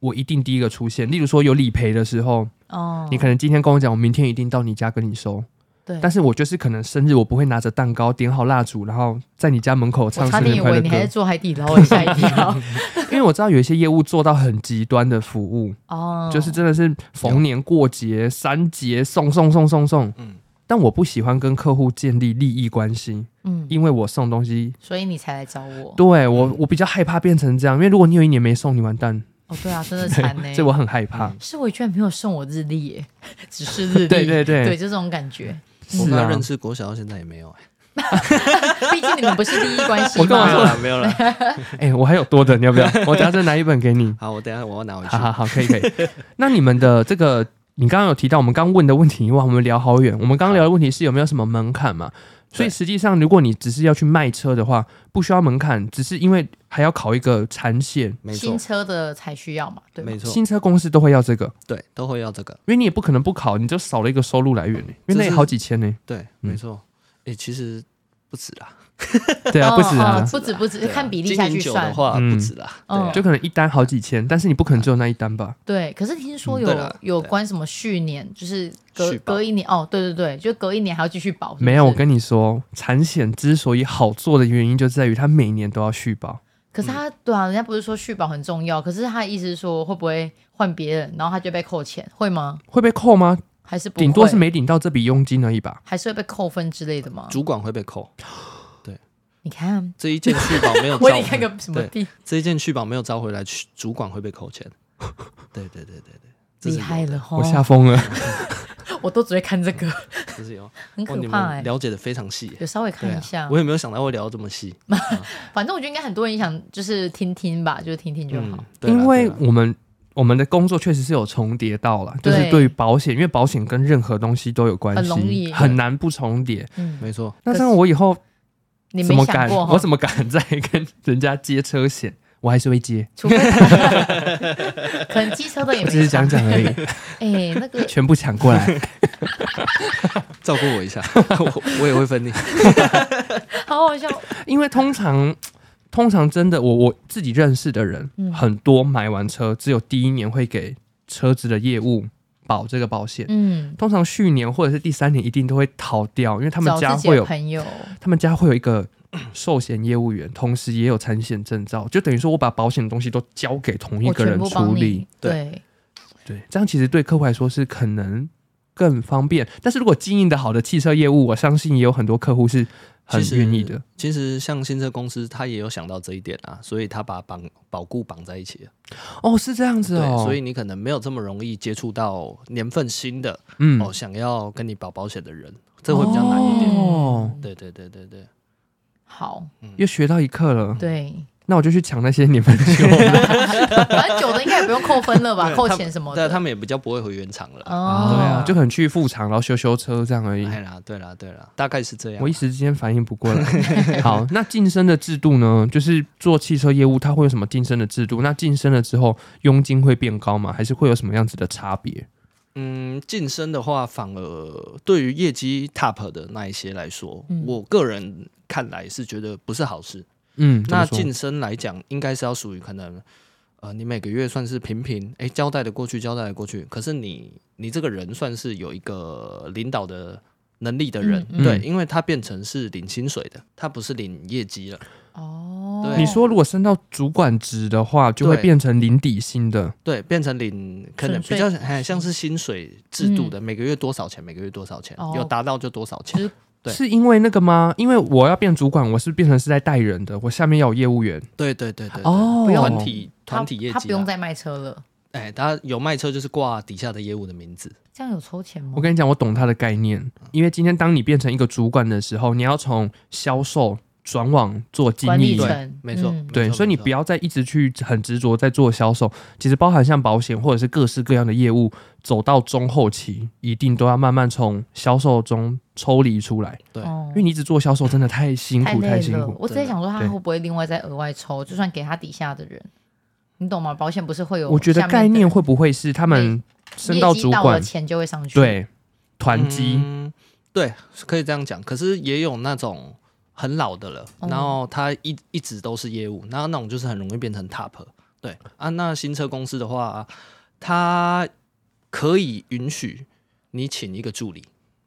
B: 我一定第一个出现。例如说有理赔的时候，
C: 哦，
B: 你可能今天跟我讲，我明天一定到你家跟你收。
C: 对，
B: 但是我就是可能生日，我不会拿着蛋糕点好蜡烛，然后在你家门口唱
C: 我差
B: 生
C: 点
B: 日
C: 以
B: 快乐
C: 为你还
B: 歌
C: 在。做 海底捞，我吓一跳。
B: 因为我知道有一些业务做到很极端的服务，
C: 哦，
B: 就是真的是逢年过节、三节送送送送送。
A: 嗯
B: 但我不喜欢跟客户建立利益关系，
C: 嗯，
B: 因为我送东西，
C: 所以你才来找我。
B: 对我
C: 嗯
B: 我比较害怕变成这样。因为如果你有一年没送，你完蛋，
C: 哦，对啊，真 的惨呢。
B: 所以我很害怕。
C: 是我居然没有送我日历耶， 只是日历。
B: 对对对
C: 对，就这种感觉。
A: 我
B: 是
A: 刚
B: 啊
A: 认识国小到现在也没有哎、
C: 毕竟你们不是利益关系
B: 我干嘛
A: 没有
B: 说
C: 嘛。
A: 啦，没有 啦。
B: 哎、我还有多的，你要不要？我等下再拿一本给你。
A: 好，我等一下我要拿回去
B: 好。好好，可以可以。 那你们的这个，你刚刚有提到我们刚问的问题，哇，我们聊好远。我们刚刚聊的问题是有没有什么门槛嘛？所以
A: 对
B: 实际上，如果你只是要去卖车的话，不需要门槛，只是因为还要考一个产险，
A: 没错
C: 新，车的才需要嘛，对吗
A: 没错，
B: 新车公司都会要这个，
A: 对，都会要这个。
B: 因为你也不可能不考，你就少了一个收入来源呢、因为那也
A: 这是
B: 好几千呢、
A: 对，没错。诶、其实不止啦，
B: 对啊，
C: 哦
B: 不止啊
C: 哦，不止不止，
A: 对啊
C: 看比例
A: 经
C: 下
A: 营
C: 去
A: 久
C: 算
A: 的。话
B: 嗯
A: 不止啦。对
C: 嗯
A: 啊
B: 就可能一单好几千，但是你不可能只有那一单吧？
C: 对，可是听
A: 嗯
C: 说有
A: 对啦
C: 有
A: 对
C: 关什么续年，就是隔
A: 续保
C: 隔一年哦，对对对，就隔一年还要继续保。是不是
B: 没有，我跟你说，产险之所以好做的原因，就在于它每年都要续保。
C: 可是他对啊，人家不是说续保很重要，可是他的意思是说会不会换别人，然后他就被扣钱，会吗？
B: 会被扣吗？
C: 还是不会
B: 顶多是没领到这笔佣金而已吧。
C: 还是会被扣分之类的吗？
A: 啊主管会被扣。
C: 你看，
A: 这一件续保没有
C: 我
A: 招
C: 也，看个什么地
A: 这一件续保没有招回来，去主管会被扣钱。对对对对对，这是
C: 厉害
A: 有的，
C: 了
B: 我吓
C: 哦！
B: 疯了，
C: 我都只会看这个，
A: 这是有。
C: 很
A: 哦，
C: 可
A: 你
C: 怕哎、
A: 们了解的非常细耶。
C: 有稍微
A: 对
C: 看一下
A: 啊，，我也没有想到会聊得这么细。
C: 反正我觉得应该很多人想就是听听吧，就是听听就好。
A: 嗯，对啦
B: 因为
A: 对啦
B: 我们我们的工作确实是有重叠到了，就
C: 对
B: 是对于保险，因为保险跟任何东西都有关
C: 很容
B: 系，
C: 易
B: 很难不重叠。
C: 嗯，
A: 没错，
B: 那
C: 可
B: 这样我以后
C: 你
B: 怎
C: 没
B: 么
C: 想
B: 敢？
C: 过
B: 我
C: 哈？
B: 怎么敢再跟人家接车险？我还是会接，
C: 除非 可能机车的也
B: 我
C: 没
B: 只 是讲
C: 差
B: 讲而 已，
C: 哎、那个
B: 全部抢过 来。
A: 照顾我一下，我我也会 分你。
C: 好好笑。
B: 因为通常，通常真的，我我自己认识的人、
C: 嗯
B: 很多，买完车只有第一年会给车子的业务保这个保险，
C: 嗯，
B: 通常续年或者是第三年一定都会逃掉，因为他们
C: 找
B: 家
C: 自己
B: 会
C: 的
B: 有
C: 朋友，
B: 他们家会有一个寿险业务员，同时也有产险证照，就等于说我把保险的东西都交给同一
C: 我
B: 个
C: 全
B: 人
C: 部
B: 处
C: 帮
B: 理
C: 你。。
A: 对
C: 对，
B: 对，这样其实对客户来说是可能更方便，但是如果经营的好的汽车业务，我相信也有很多客户是很
A: 其实
B: 愿意的。
A: 其实像新车公司，他也有想到这一点啊，所以他把绑保固绑在一起了。
B: 哦，是这样子
A: 对，
B: 哦，
A: 所以你可能没有这么容易接触到年份新的
B: 嗯，
A: 哦，想要跟你保保险的人，这会比较难一点。
B: 哦，
A: 对对对对对，
C: 好，
B: 又学到一课了。
C: 对，
B: 那我就去抢那些你们酒。
C: 反正久的应该也不用扣分了吧？
A: 对
C: 扣
A: 他
C: 钱什么
A: 但
C: 的。
A: 他们也比较不会回原厂了啦。
C: 哦，
B: 对啊，就可能去副厂，然后修修车这样而已。
A: 哎啦，对啦对啦，大概是这样
B: 我。一时之间反应不过 来。好，那晋升的制度呢？就是做汽车业务，它会有什么晋升的制度？那晋升了之后，佣金会变高吗？还是会有什么样子的差别？
A: 嗯，晋升的话，反而对于业绩 top 的那一些来说，
C: 嗯
A: 我个人看来是觉得不是好事。
B: 嗯，怎
A: 那
B: 么说
A: 晋升来讲，应该是要属于可能，呃，你每个月算是平平，哎、交代的过去，交代的过去。可是你你这个人算是有一个领导的能力的人，
C: 嗯嗯
A: 对，因为他变成是领薪水的，他不是领业绩了。
C: 哦，
A: 对
B: 你说如果升到主管职的话，就会
A: 对
B: 变成零底薪的。
A: 对，变成领可能比
C: 纯粹
A: 较
C: 底薪
A: 哎像是薪水制度的，每个月多少钱，每个月多少钱，
C: 嗯哦
A: 有达到就多少钱。
C: 就是
A: 对
B: 是因为那个吗？因为我要变主管，我是变成是在带人的，我下面要有业务员。
A: 对对对对对
B: 哦
A: 团体
C: 他
A: 团体业绩啦，
C: 他不用再卖车了，
A: 哎，他有卖车就是挂底下的业务的名字，
C: 这样有抽钱吗
B: 我？跟你讲，我懂他的概念，因为今天当你变成一个主管的时候，你要从销售转往做经
C: 管理
B: 营。
C: 层，
A: 没错
C: 嗯，
B: 对，
A: 没错
B: 所以你
A: 没错
B: 不要再一直去很执着在做销售，其实包含像保险或者是各式各样的业务，走到中后期，一定都要慢慢从销售中抽离出来，
A: 对
C: 哦
B: 因为你一直做销售真的太辛
C: 太
B: 苦，太
C: 累
B: 辛
C: 了。
B: 苦。
C: 我只
A: 真的
C: 在想说，他
B: 对
C: 会不会另外再额外抽，就算给他底下的人，你懂吗？保险不是会有？
B: 我觉得概念会不会是他们升到主管
C: 了钱就会上去。，
B: 对团积？
A: 嗯对，可以这样讲。可是也有那种很老的了，
C: 哦
A: 然后他一一直都是业务，然后那种就是很容易变成 top。对啊，那新车公司的话，它可以允许你请一个助理。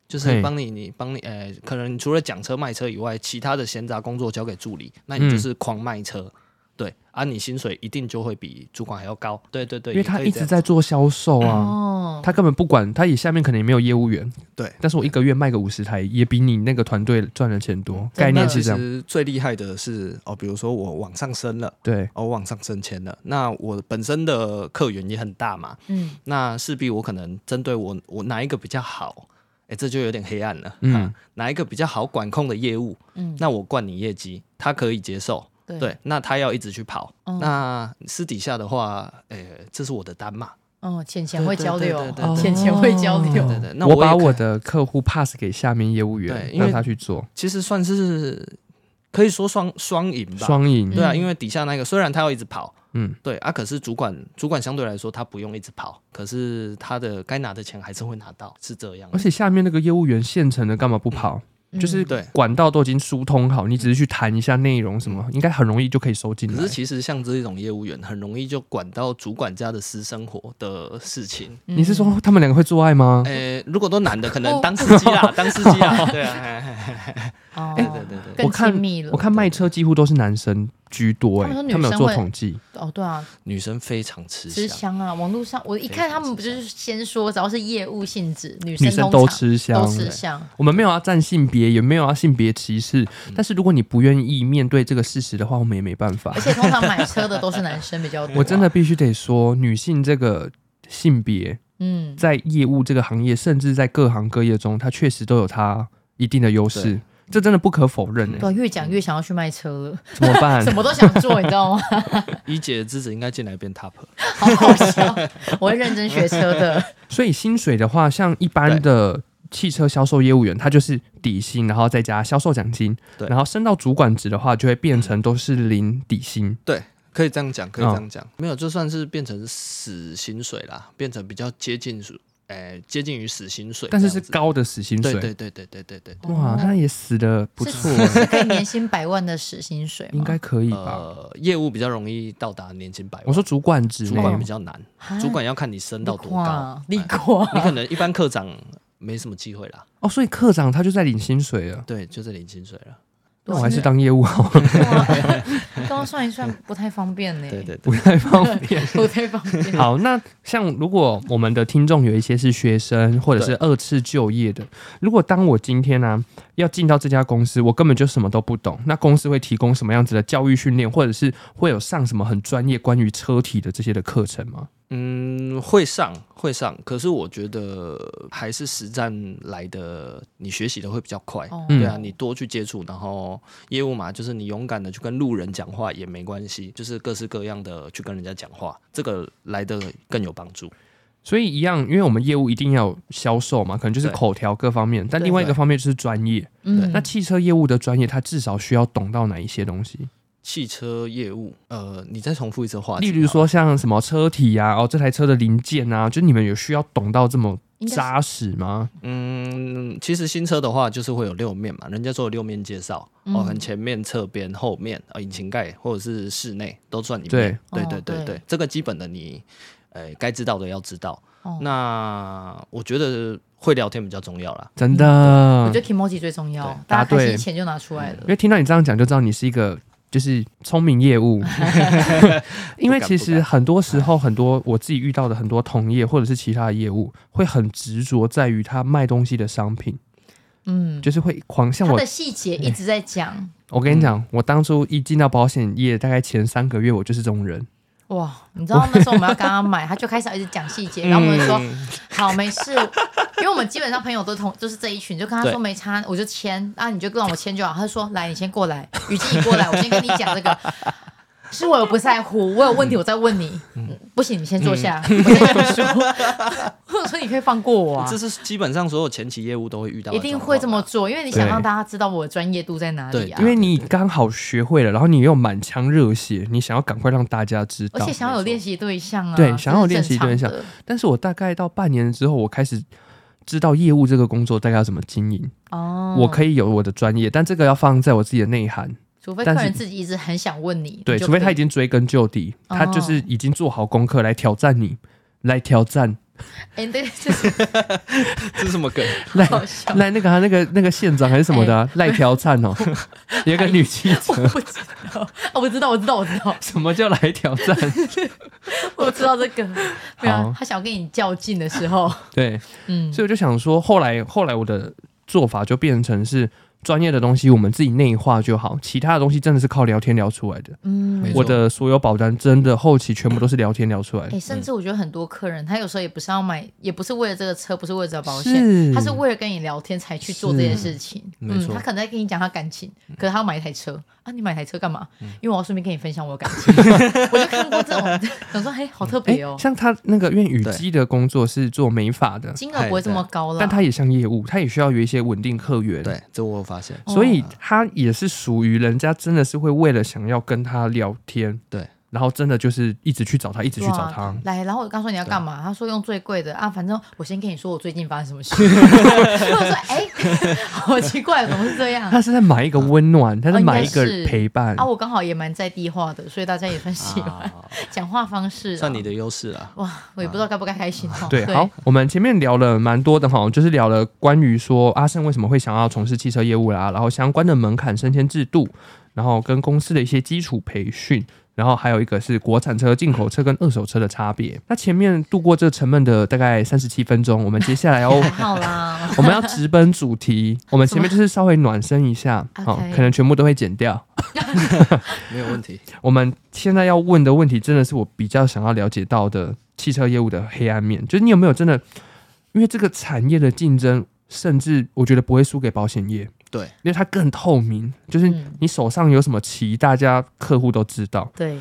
A: 就是
B: 嘿
A: 帮你，你帮你，呃，可能你除了讲车卖车以外，其他的闲杂工作交给助理，那你就
B: 嗯
A: 是狂卖车，对啊，你薪水一定就会比主管还要高，对对对，
B: 因为
A: 也
B: 他
A: 可以这
B: 一直
A: 样
B: 在做销售啊，
C: 哦，
B: 他根本不管，他也下面可能也没有业务员，
A: 对
B: 但是我一个月卖个五十台，也比你那个团队赚的钱多，
C: 真的
B: 概
A: 那
B: 念
A: 其
B: 是这样。
A: 实最厉害的是哦，比如说我往上升了，
B: 对，
A: 哦，我往上升迁了，那我本身的客源也很大嘛，
C: 嗯，
A: 那势必我可能针对我我哪一个比较好，哎，这就有点黑暗了，
B: 嗯
A: 啊哪一个比较好管控的业务，
C: 嗯
A: 那我灌你业绩，他可以接受，
C: 对
A: 对，那他要一直去跑，
C: 嗯
A: 那私底下的话，哎，这是我的单嘛，
C: 哦，钱钱会交流
A: 对对对，对
B: 哦
C: 钱钱会交流。
A: 对对那
B: 我
A: 我也
B: 把
A: 可
B: 我的客户 pass 给下面业务员
A: 对，因为
B: 让他去做
A: 其实算是可以说双双赢吧，
B: 双赢。
A: 对啊，
C: 嗯
A: 因为底下那个虽然他要一直跑，
B: 嗯，
A: 对啊，可是主管主管相对来说他不用一直跑，可是他的该拿的钱还是会拿到，是这样
B: 而。且下面那个业务员现成的干嘛不跑？
C: 嗯
B: 就是
A: 对
B: 管道都已经疏通好，你只是去谈一下内容什么，应该很容易就可以收进
A: 嗯可
B: 来
A: 是。其实像这种业务员，很容易就管到主管家的私生活的事情。
C: 嗯
B: 你是说他们两个会做爱吗？
A: 呃，如果都男的，可
C: 哦
A: 能当司机 啦，当司机 啦，对啊，
B: 哎
C: 哦，
A: 对对对对，
C: 更
B: 我看
C: 亲密了。
B: 我看卖车几乎都是男生居多，哎
C: 他们说，女
B: 他们有
C: 生
B: 做
C: 会
B: 统计，
C: 哦，对啊，
A: 女生非常吃
C: 吃
A: 香，
C: 香啊，网络上我一看他们不就是先说，只要是业务性质，女
B: 女
C: 生
B: 生
C: 通
B: 都
C: 常
B: 吃香
C: 都。吃香，
B: 我们没有要占性别，也没有要性别歧视，
A: 嗯
B: 但是如果你不愿意面对这个事实的话，我们也没办法
C: 而。且通常买车的都是男生比 较多。
B: 我 真的，必须得说，女性这个性别
C: 嗯，
B: 在业务这个行业，甚至在各行各业中，它确实都有它一定的优势
A: 对，
B: 这真的不可否认、
C: 对
B: 欸。
C: 啊，越讲越想要去卖车了，
B: 怎么办
C: 什？么都想做，你知道吗？
A: 一姐的资质应该进来变 top。
C: 好好笑，我会认真学车的。
B: 所以薪水的话，像一般的汽车销售业务员，他就是底薪，然后再加销售奖金，
A: 对
B: 然后升到主管职的话，就会变成都是零底薪。
A: 可以这样讲，可以这样讲，没有，就算是变成死薪水啦，变成比较接近，呃，接近于死薪水，
B: 但是是
A: 高。
B: 高的死薪水。
A: 对对对对对对对，
B: 哇，那也死的不错欸、
C: 是是嗯可以年薪百万的时薪水吗
B: 应该可以 吧？
A: 呃，业务比较容易到达年薪百万，
B: 我说主管职
A: 主
B: 呢，
A: 管比较难，
C: 啊
A: 主管要看你升到多高，
C: 立过
A: 你可能一般科长没什么机会啦，
B: 哦，所以科长他就在领薪水了。
A: 对，就是领薪水了，
B: 那我还是当业务好了，
C: 刚刚算一算不太方便呢，
A: 对对对
B: 不，太方便。
C: 不太方便。
B: 好，那像如果我们的听众有一些是学生或者是二次就业的，如果当我今天呢、啊要进到这家公司，我根本就什么都不懂，那公司会提供什么样子的教育训练，或者是会有上什么很专业关于车体的这些的课程吗？
A: 嗯，会上会上，可是我觉得还是实战来的，你学习的会比较快。
C: 哦
B: 嗯
A: 对啊，你多去接触，然后业务嘛，就是你勇敢的去跟路人讲话也没关系，就是各式各样的去跟人家讲话，这个来的更有帮助。
B: 所以一样，因为我们业务一定要有销售嘛，可能就是
A: 对
B: 口条各方面，但另外一个
A: 对
B: 方面就是专业。
A: 啊
C: 嗯
B: 那汽车业务的专业，它至少需要懂到哪一些东西？
A: 汽车业务，呃，你再重复一次话
B: 例
A: 题。
B: 如，说像什么车体啊，哦，这台车的零件啊，就你们有需要懂到这么
C: 应该是
B: 扎实吗？
A: 嗯，其实新车的话就是会有六面嘛，人家说有六面介绍，哦，
C: 嗯
A: 很前面、侧边、后面，呃，引擎盖或者是室内都算一
B: 对
A: 面。对
C: 哦
A: 对对
C: 对
A: 对对，这个基本的你，呃，该知道的要知道。
C: 哦
A: 那我觉得会聊天比较重要啦。
B: 真的，
C: 嗯我觉得 emoji 最重要
A: 对，
C: 大家
B: 答对嗯
C: 开心钱就拿出来
B: 因
C: 了。
B: 为听到你这样讲，就知道你是一个就是聪明业 务。 因为其实很多时候，很多我自己遇到的很多同业或者是其他的业务，会很执着在于他卖东西的商品，
C: 嗯，
B: 就是会狂像
C: 他
B: 我
C: 的嗯细节一直在讲，
B: 我跟你讲，我当初一进到保险业，大概前三个月，我就是这种人。
C: 哇，你知道那时候我们要跟他买，他就开始一直讲 细节，然后我们就说、
B: 嗯
C: 好没事，因为我们基本上朋友都同就是这一群，就跟他
A: 对
C: 说没差，我就签，啊你就让我签就好。他就说来你先过来，雨季你过来，我先跟你讲这个。是我有不在乎，我有问题我再问你，嗯不行你先坐下，我再跟你说。 或者说你可以放过我啊
A: 这，是基本上所有前期业务都会遇到的
C: 一
A: 状况吧，
C: 定会这么做，因为你想让
B: 对
C: 大家知道我的专业度在哪里啊
B: 因。为你刚好学会了，然后你又满腔热血，你想要赶快让大家知
C: 而
B: 道
C: 且。哦想要有练习对象啊，
B: 对
C: 这是
B: 想要有练习对象
C: 正常的
B: 但是我大概到半年之后，我开始知道业务这个工作大概要怎么经营。
C: 哦。
B: 我可以有我的专业，但这个要放在我自己的内涵。
C: 除非客
B: 但是
C: 人自己一直很想问你，
B: 对，
C: 你就
B: 除非他
C: 可以
B: 已
C: 哦
B: 经追根究底，他就是已经做好功课来挑战你，来挑战，
C: 哎，对，这 是
A: 这是什么梗？
B: 来
C: 好 笑，哎
B: 来那个啊他那个那个县长还是什么的啊、赖挑战哦， 有一个女记
C: 我
B: 者，
C: 不知道，啊，我知道，我知道，我知道，
B: 什么叫来挑 战？
C: 我知道这个。对
B: 好
C: 啊，他想跟你较劲的 时候，
B: 对，
C: 嗯，
B: 所以我就想说，后来后来我的做法就变成是专业的东西我们自己内化就好，其他的东西真的是靠聊天聊出来的。
A: 没
C: 嗯，
A: 错
B: 我的所有保单真的后期全部都是嗯聊天聊出来的
C: 哎，，甚至我觉得很多客人，他有时候也不是要买，也不是为了这个车，不是为了这个保险，
B: 是
C: 他是为了跟你聊天才去做这件事情。
A: 没
C: 嗯，
A: 错
C: 他可能在跟你讲他感情，
B: 嗯
C: 可是他要买一台车啊，你买台车干嘛？因为我要顺便跟你分享我的感 情。我就看过这种，想说，哎，好特
B: 哎、
C: 别哦，
B: 像他那个，因为雨姬的工作是做美发的，
C: 金额不会这么高了，
B: 哎但他也像业务，他也需要有一些稳定客源。，
A: 对，这我有发现。
C: 哦
B: 所以他也是属于人家真的是会为了想要跟他聊天，
A: 对，
B: 然后真的就是一直去找他，一直去
C: 对
B: 找
C: 啊
B: 他。
C: 来，然后我刚说你要干嘛，他说用最贵的啊，反正我先跟你说我最近发生什 么事。我说哎， 好奇怪，怎么是这样
B: 他是在买一个温暖，他在买一个
C: 哦应该是
B: 陪伴。
C: 啊？我刚好也蛮在地化的，所以大家也算喜欢
A: 啊，
C: 讲话方式啊。
A: 算你的优势啦。
C: 哇，我也不知道该不该开心哦。
B: 啊对，好，我们前面聊了蛮多的哈，就是聊了关于说阿胜为什么会想要从事汽车业务啦，然后相关的门槛、升迁制度，然后跟公司的一些基础培训，然后还有一个是国产车、进口车跟二手车的差别。 那前面度过这沉闷的大概三十七分钟，我们接下来要
C: 还好啦。
B: 我们要直奔主题，我们前面就是稍微暖身一下，
C: 什么
B: 好、
C: OK
B: 哦可能全部都会剪掉。
A: 没有问题。
B: 我们现在要问的问题，真的是我比较想要了解到的汽车业务的黑暗面，就是你有没有真的，因为这个产业的竞争，甚至我觉得不会输给保险业，
A: 对，
B: 因为它更透明，就是
C: 嗯
B: 你手上有什么棋，大家客户都知道。
C: 对，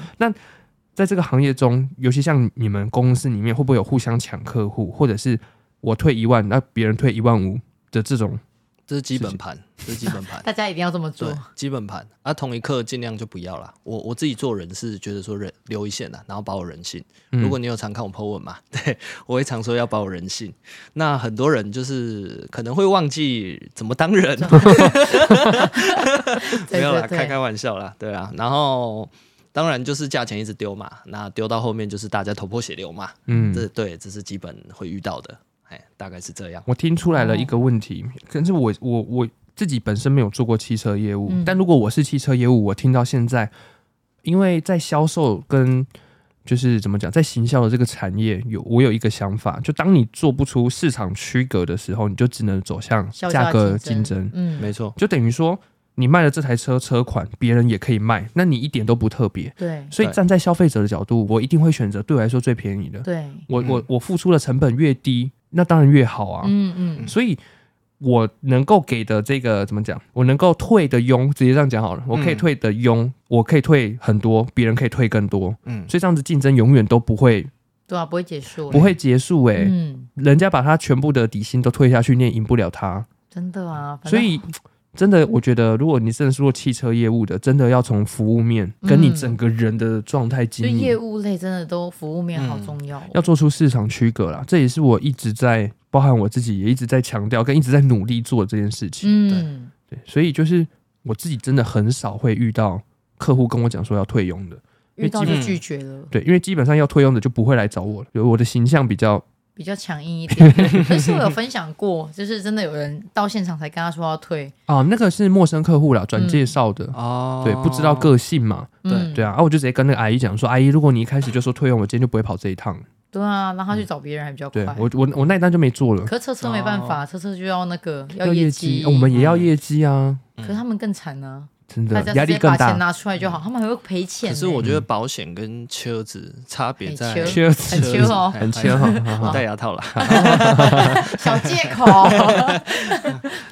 B: 在这个行业中，尤其像你们公司里面，会不会有互相抢客户，或者是我退一万，那别人退一万五的这种？
A: 这是基本 盘，这是基本盘。
C: 大家一定要这么
A: 对
C: 做。，
A: 基本盘啊，同一刻尽量就不要啦。我我自己做人是觉得说人留一线啦，啊然后保有人性。
B: 嗯
A: 如果你有常看我 po 文嘛， 对我会常说要保有人性。那很多人就是可能会忘记怎么当 人， 没
C: 对
A: 有啦，
C: 对对
A: 开开玩笑啦，对啊。然后当然就是价钱一直丢嘛，那丢到后面就是大家头破血流嘛，
B: 嗯，
A: 这对这是基本会遇到的，哎，大概是这样。
B: 我听出来
C: 哦
B: 了一个问题，可是我我我自己本身没有做过汽车业务，
C: 嗯
B: 但如果我是汽车业务，我听到现在，因为在销售跟就是怎么讲，在行销的这个产业有我有一个想法，就当你做不出市场区隔的时候，你就只能走向
C: 销
B: 价格竞争
C: 争，，嗯，
A: 没错，
B: 就等于说你卖了这台车车款，别人也可以卖，那你一点都不特别。
C: 对
B: 所以
A: 对
B: 站在消费者的角度，我一定会选择对我来说最便宜的。
C: 对，
B: 我我
A: 嗯
B: 我付出的成本越低，那当然越好啊。
C: 嗯嗯，
B: 所以我能够给的这个怎么讲？我能够退的佣，直接这样讲好了。我可以退的佣，我可以退很多，别人可以退更多，
A: 嗯，
B: 所以这样子竞争永远都不会
C: 对啊，不会结束，
B: 不，会结束、欸。
C: 嗯，
B: 人家把他全部的底薪都退下去，你也赢不了他。
C: 真的啊，反
B: 所
C: 正
B: 以。真的，我觉得，如果你真的是做汽车业务的，真的要从服务面跟你整个人的状态
C: 就
B: 经营，
C: 业务类真的都服务面好重要哦，
B: 嗯要做出市场区隔啦。这也是我一直在，包含我自己也一直在强调，跟一直在努力做这件事情。
C: 嗯。
B: 对，所以就是我自己真的很少会遇到客户跟我讲说要退佣的，
C: 遇到
A: 因
C: 就
A: 为基
C: 拒绝了，
B: 对，因为基本上要退佣的就不会来找我了，有我的形象比较
C: 比较强硬一点。 但是我有分享过，就是真的有人到现场才跟他说要退，
B: 啊，那个是陌生客户啦，转
C: 嗯
B: 介绍的。
A: 哦
B: 对，不知道个性嘛？
C: 嗯，
B: 对啊，啊，我就直接跟那个阿姨讲说，阿姨，如果你一开始就说退佣，我今天就不会跑这一趟。
C: 对啊，让他去找别人还比较快
B: 对。我，我，我那一单就没做了。
C: 可是车车没办法，车车就要那个
B: 业哦
C: 业
B: 绩、哦我们也要业绩啊。
C: 可是他们更惨呢。啊
B: 真
C: 大
B: 的
C: 家
B: 压
C: 直
B: 力
C: 接
B: 更
C: 把钱
B: 大。
C: 拿出来就好，他们还会赔钱
A: 可
C: 呢。
A: 是我觉
B: 嗯
A: 得保险跟车子差别在
C: 很
B: 缺
C: 很缺哦
B: 很缺哈，好好
A: 戴牙套啦，
C: 小借 口，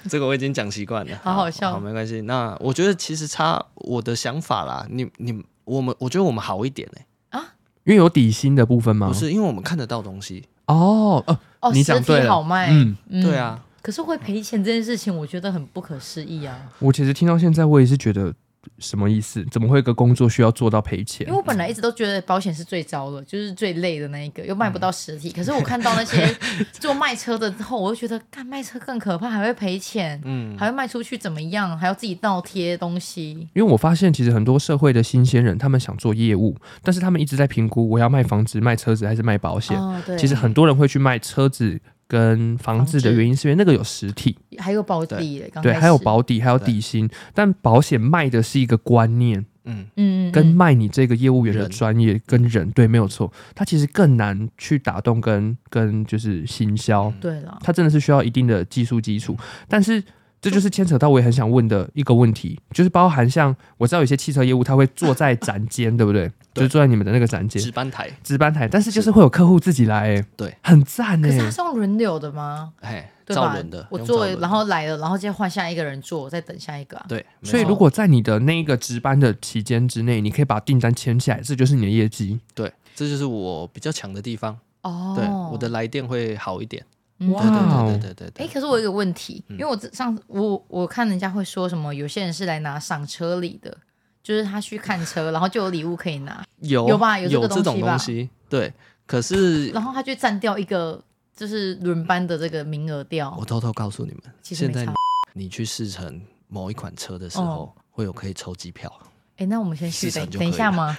A: 这个我已经讲习惯了，
C: 好好笑
A: 好，没关系。那我觉得其实差我的想法啦，你你我们，我觉得我们好一点哎、
B: 因为有底薪的部分吗？
A: 不是因为我们看得到东西，
B: 哦，呃
C: 哦，
B: 你
C: 实
B: 讲对
C: 体
B: 了
C: 好卖，
B: 嗯
C: 嗯
A: 对。啊，
C: 可是会赔钱这件事情，我觉得很不可思议啊！
B: 我其实听到现在，我也是觉得什么意思？怎么会有一个工作需要做到赔钱
C: 因为？我
A: 嗯
C: 本来一直都觉得保险是最糟的，就是最累的那一个，又
A: 嗯
C: 卖不到实体。可是我看到那 些做卖车的之后，我就觉得，干卖车更可怕，还会赔钱，
A: 嗯，
C: 还会卖出去怎么样，还要自己倒贴东西。
B: 因为我发现，其实很多社会的新鲜人，他们想做业务，但是他们一直在评估我要卖房子、卖车子还是卖保险。
C: 哦，对，
B: 其实很多人会去卖车子跟房子的
C: 房子
B: 原因，是因为那个有实体，
C: 还有保底嘞，刚
B: 对，
C: 开
B: 还有
C: 始，
B: 保底，还有
A: 对
B: 底薪。但保险卖的是一个观念，
A: 嗯，
C: 嗯，嗯
B: 跟
C: 嗯
B: 卖你这个业务员的
A: 人
B: 专业跟人，对，没有错。它其实更难去打动跟跟就是行销，
C: 对了，
B: 它真的是需要一定的技术基础，但是。这就是牵扯到我也很想问的一个问题，就是包含像我知道有些汽车业务，他会坐在展间，对不 对？就是坐在你们的那个展间
A: 值班台，
B: 值班台，但是就是会有客户自己来、欸，
A: 对，
B: 很赞
C: 可
B: 哎、
C: 是它是用轮流的吗？
A: 哎，
C: 对
A: 造
C: 吧
A: 轮的，
C: 我
A: 用
C: 坐
A: 造，轮
C: 然
A: 的
C: 后来了，然后再换下一个人坐，再等下一个啊。
A: 对，没
B: 所以
A: 错
B: 如果在你的那一个值班的期间之内，你可以把订单签下来，这就是你的业绩。
A: 对，这就是我比较强的地方，
C: 哦，
A: 对，我的来电会好一点，
C: 嗯
A: 对
B: 哇哦
A: 对对对对对
C: 哎、
A: 对，
C: 可是我有一个问题，
A: 嗯
C: 因为我这上次我我看人家会说什么，有些人是来拿赏车礼的，就是他去看车，然后就有礼物可以拿，
A: 有
C: 有吧有这
A: 有
C: 个
A: 这
C: 东
A: 种
C: 西吧
A: 东西，对，可是
C: 然后他就占掉一个就是轮班的这个名额掉
A: 我。偷偷告诉你们，
C: 其实
A: 现
C: 没
A: 在
C: 差。哦
A: 你去试乘某一款车的时候，会有可以抽机票，
C: 哎、那我们先去
A: 市
C: 等
A: 场就
C: 等一
A: 可以
C: 下
A: 了
C: 吗？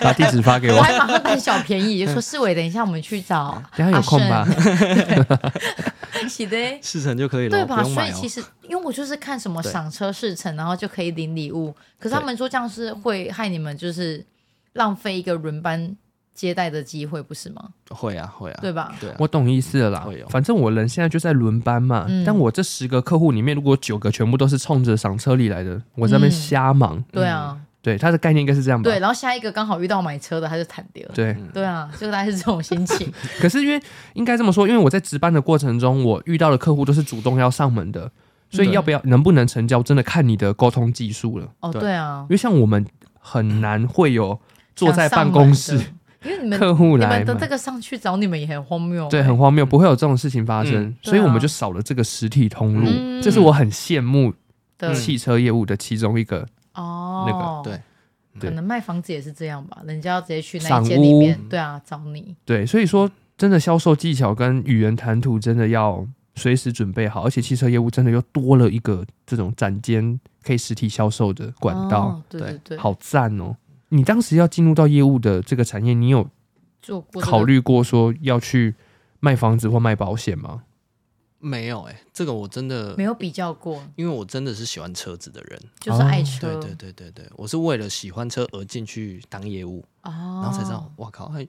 B: 把地址发给
C: 我
B: 我，
C: 还马上贪小便宜，就说世伟，等一下我们去 找
B: 等一下有空吧
C: 阿？ 胜？喜的。
A: 试乘就可以了，
C: 对
A: 不
C: 吧？
A: 用
C: 所以
A: 买哦
C: 其。实，因为我就是看什么
A: 对
C: 赏车试乘，然后就可以领礼物。可是他
A: 对
C: 们说这样是会害你们，就是浪费一个轮班接待的机会，不是吗？
A: 会啊会啊，
C: 对吧？
A: 对啊，
B: 我懂意思了啦
A: 会有。
B: 反正我人现在就在轮班嘛，
C: 嗯
B: 但我这十个客户里面，如果九个全部都是冲着赏车礼来的，我在那边
C: 嗯
B: 瞎忙。
C: 对啊，
B: 对，它的概念应该是这样吧？
C: 对。然后下一个刚好遇到买车的，他就惨掉。
B: 对
C: 对啊，就大概是这种心情。
B: 可是因为应该这么说，因为我在值班的过程中，我遇到的客户都是主动要上门的，所以
C: 对
B: 要不要能不能成交，真的看你的沟通技术了。
C: 哦，
A: 对
C: 对啊
B: 因，为像我们很难会有坐在办公室
C: 想上门的，因为你们
B: 客户
C: 你
B: 来
C: 们的
B: 嘛
C: 这，个上去找你们也很荒谬。欸
B: 对，很荒谬，不会有这种事情发生，
A: 嗯
B: 所以
C: 对啊
B: 我们就少了这个实体通路，
C: 嗯
B: 这是我很羡慕
C: 对
B: 汽车业务的其中一个。
C: 哦，
A: 对
B: 对
C: 可能卖房子也是这样吧，人家要直接去那
B: 赏
C: 一间里
B: 屋
C: 面，对啊，找你。
B: 对，所以说真的销售技巧跟语言谈吐真的要随时准备好，而且汽车业务真的又多了一个这种展间可以实体销售的管道。
C: 哦对对对，
B: 好赞哦！你当时要进入到业务的这个产业，你有
C: 做过这个
B: 考虑过说要去卖房子或卖保险吗？
A: 没有哎、这个我真的
C: 没有比较过，
A: 因为我真的是喜欢车子的人，
B: 哦
C: 就是爱
A: 对
C: 车，
A: 对对对对，我是为了喜欢车而进去当业务，
C: 哦，
A: 然后才知道，哇靠，还哎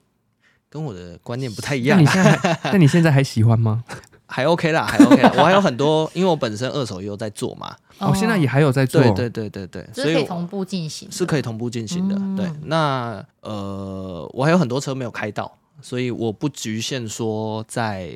A: 跟我的观念不太一样
B: 那你，现在还，那你现在还喜欢 吗？
A: 还 OK 啦，还 OK 啦，我 还有很多，因为我本身二手也有在做嘛，
B: 哦，现在也还有在做，
A: 对对对对对，所
C: 就是
A: 以
C: 可以
A: 我
C: 同嗯步进行的，
A: 是可以同步进行的。对，那呃，我还有很多车没有开到，所以我不局限说在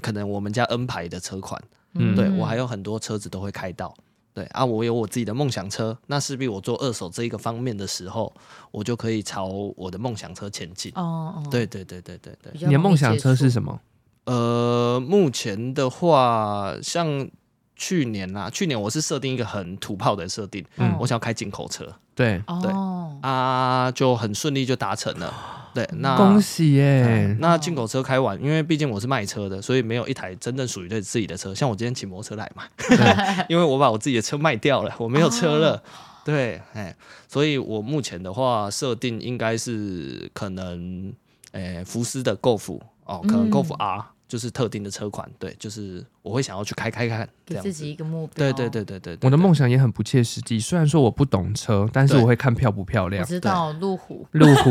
A: 可能我们家 N 牌的车款，
B: 嗯
A: 对我还有很多车子都会开到。对啊，我有我自己的梦想车，那势必我做二手这一个方面的时候，我就可以朝我的梦想车前进。
C: 哦哦，
A: 对对对对对对
C: 比。较容易接触，
B: 你的梦想车是什么？
A: 呃，目前的话，像去年啦，去年我是设定一个很土炮的设定，
C: 嗯
A: 我想要开进口车。
B: 对，
C: 哦，
A: 啊，就很顺利就达成了。对，那
B: 恭喜耶、
A: 那
C: 哦
A: 进口车开完，因为毕竟我是卖车的，所以没有一台真正属于对自己的车。像我今天骑摩托车来嘛， 因为我把我自己的车卖掉了，我没有车了。
C: 哦
A: 对，哎，所以我目前的话设定应该是可能，哎，福斯的 Golf 哦，可能
C: 嗯
A: Golf R、就是特定的车款，对，就是我会想要去开开看，这
C: 给
A: 样
C: 自
A: 子。
C: 己一个目标，
A: 对对对对对，对
B: 我的，梦想也很不切实际，虽然说我不懂车，但是
A: 对
B: 我会看漂不漂
C: 我
B: 亮。
C: 知道路虎
B: 路虎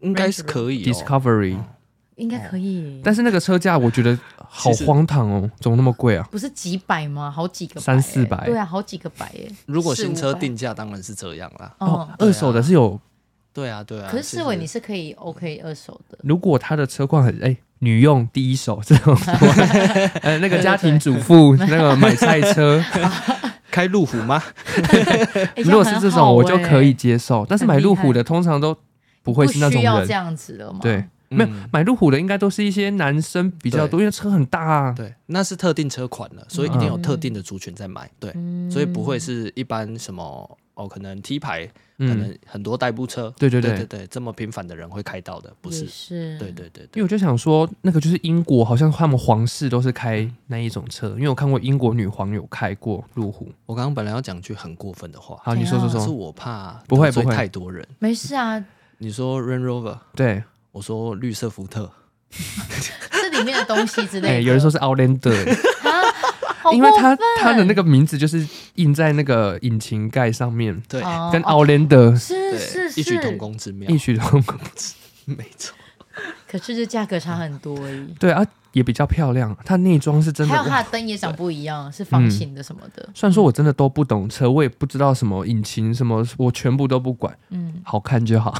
A: 应该是可以、哦。嗯
B: Discovery，
C: 应该可以，
B: 但是那个车价我觉得好
A: 其实
B: 荒唐哦，怎么那么贵啊？
C: 不是几百吗？好几个百欸
B: 三四百
C: 对啊，好几个百耶。
A: 如果新
C: 四五
A: 车
C: 百
A: 定价当然是这样啦。
B: 哦
C: 哦，，
A: 对啊
B: 二手的是有，
A: 对啊，对啊。
C: 可是
A: 其
C: 四
A: 实
C: 维你是可以 OK 二手的，
B: 如果他的车况很哎。女用第一手这 种，呃，那个家庭主 妇，那个买菜车，
A: 开路虎吗？
C: 欸
B: 呃如果是这种，我就可以，接受。但是买
C: 很厉
B: 路虎
C: 害
B: 的通常都不会
C: 欸不
B: 是那种
C: 需要
B: 人
C: 这，样子了嘛？
B: 对，，没有
A: 嗯
B: 买路虎的应该都是一些男生比较多，因为车很大啊。
A: 对，那是特定车款了，所以一定有特定的族群在买。对，
C: 嗯
A: 所以不会是一般什么哦，可能 T 牌，可
B: 嗯，
A: 能很多代步车，
B: 对对
A: 对
B: 对。
A: 对，这么频繁的人会开到的，不
C: 也
A: 是？
C: 是，
A: 对对对
B: 因为
A: 对，
B: 我就想说，那个就是英国，好像他们皇室都是开那一种车，因为我看过英国女皇有开过路虎。
A: 我刚刚本来要讲句很过分的话，
B: 好，你说说
C: 怎
A: 可是
B: 说，
A: 我怕
B: 不会
A: 得罪
B: 不会
A: 太多人。
C: 没事啊，
A: 你说 Range Rover，
B: 对，
A: 我说绿色福特，
C: 这里面的东西之类
B: 哎，
C: 的。
B: 有人说是 Outlander，
C: 好哦
B: 因为
C: 过
B: 它
C: 分
B: 它的那个名字就是印在那个引擎盖上面，
A: 对
C: 哦
B: 跟
C: 哦
B: Outlander
C: 是是
A: 对，
C: 是，
A: 异曲同工之妙
B: 异，曲同工。
A: 没错。
C: 可是这价格差很多而已。
B: 对啊，也比较漂亮，它内装是真的嗯
C: 还有
B: 哇
C: 它的灯也长不一样，是方形的什么的。
B: 虽然说我真的都不懂车，我也不知道什么引擎什么，我全部都不管，
C: 嗯，
B: 好看就 好。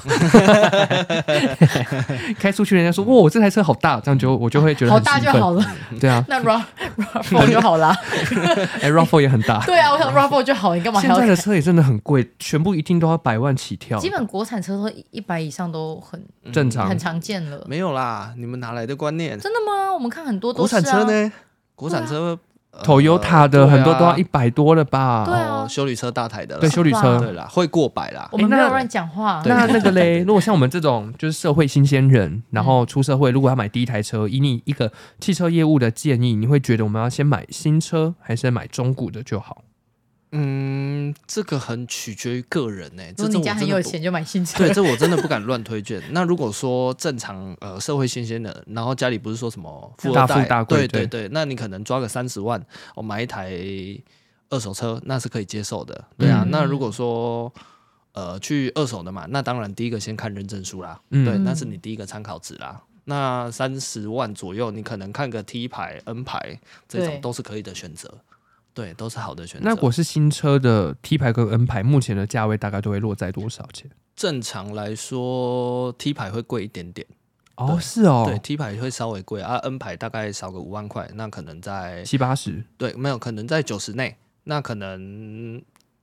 B: 开出去人家说哇，这台车好大，这样就我就会觉得
C: 好
B: 很
C: 大就
B: 兴奋。
C: 好了，
B: 对啊，
C: 那 RAV RAV 就好啦。
B: 哎 r a f 也很大。
C: 对啊，我想 RAV 就好，你干嘛还
B: 现
C: 要
B: 在
C: 看
B: 的？车也真的很贵，全部一定都要百万起跳，
C: 基本国产车都一百以上都很
B: 正常
C: 很。常见了。
A: 没有啦，你们哪来的观念？
C: 真的吗？我们看很多都
A: 国
C: 是啊
A: 产车？呢？国产车呃
B: Toyota
A: 对
B: 的
A: 啊
B: 很多都要一百多了吧？
C: 对啊
A: 哦修理车大台的啦，
B: 对，修理
C: 是吧
B: 车。
A: 对啦，会过百啦
C: 我。们
B: 诶那
C: 没有乱讲话。
A: 对
B: 那
A: 对
B: 那
A: 对
B: 个
A: 对
B: 嘞，
A: 对
B: 如果像我们这种就是社会新鲜人，然后出社会，如果要买第一台车，以你一个汽车业务的建议，你会觉得我们要先买新车，还是买中古的就好？
A: 嗯，这个很取决于个人呢、
C: 如
A: 这这
C: 果你
A: 我
C: 家
A: 真
C: 很
A: 的
C: 有
A: 不
C: 钱，就买新车。
A: 对， 这我真的不敢乱推荐。 那如果说正常呃社会新鲜的，然后家里不是说什么富
B: 大
A: 二
B: 富
A: 代，
B: 大
A: 对
B: 贵
A: 对对，那你可能抓个三十万，我、买一台二手车，那是可以接受的。对啊，
B: 嗯
A: 那如果说呃去二手的嘛，那当然第一个先看认证书啦，
B: 嗯
A: 对，那是你第一个参考值啦。那三十万左右，你可能看个 T 牌、N 牌这
C: 对
A: 种都是可以的选择，对，都是好的选择。
B: 那我是新车的 T 牌跟 N 牌，目前的价位大概都会落在多少钱？
A: 正常来说，T 牌会贵一点点。
B: 哦，是哦
A: 对，T 牌会稍微贵啊，N 牌大概少个五万块，那可能在
B: 七八十，
A: 对没有可能在九十内，那可能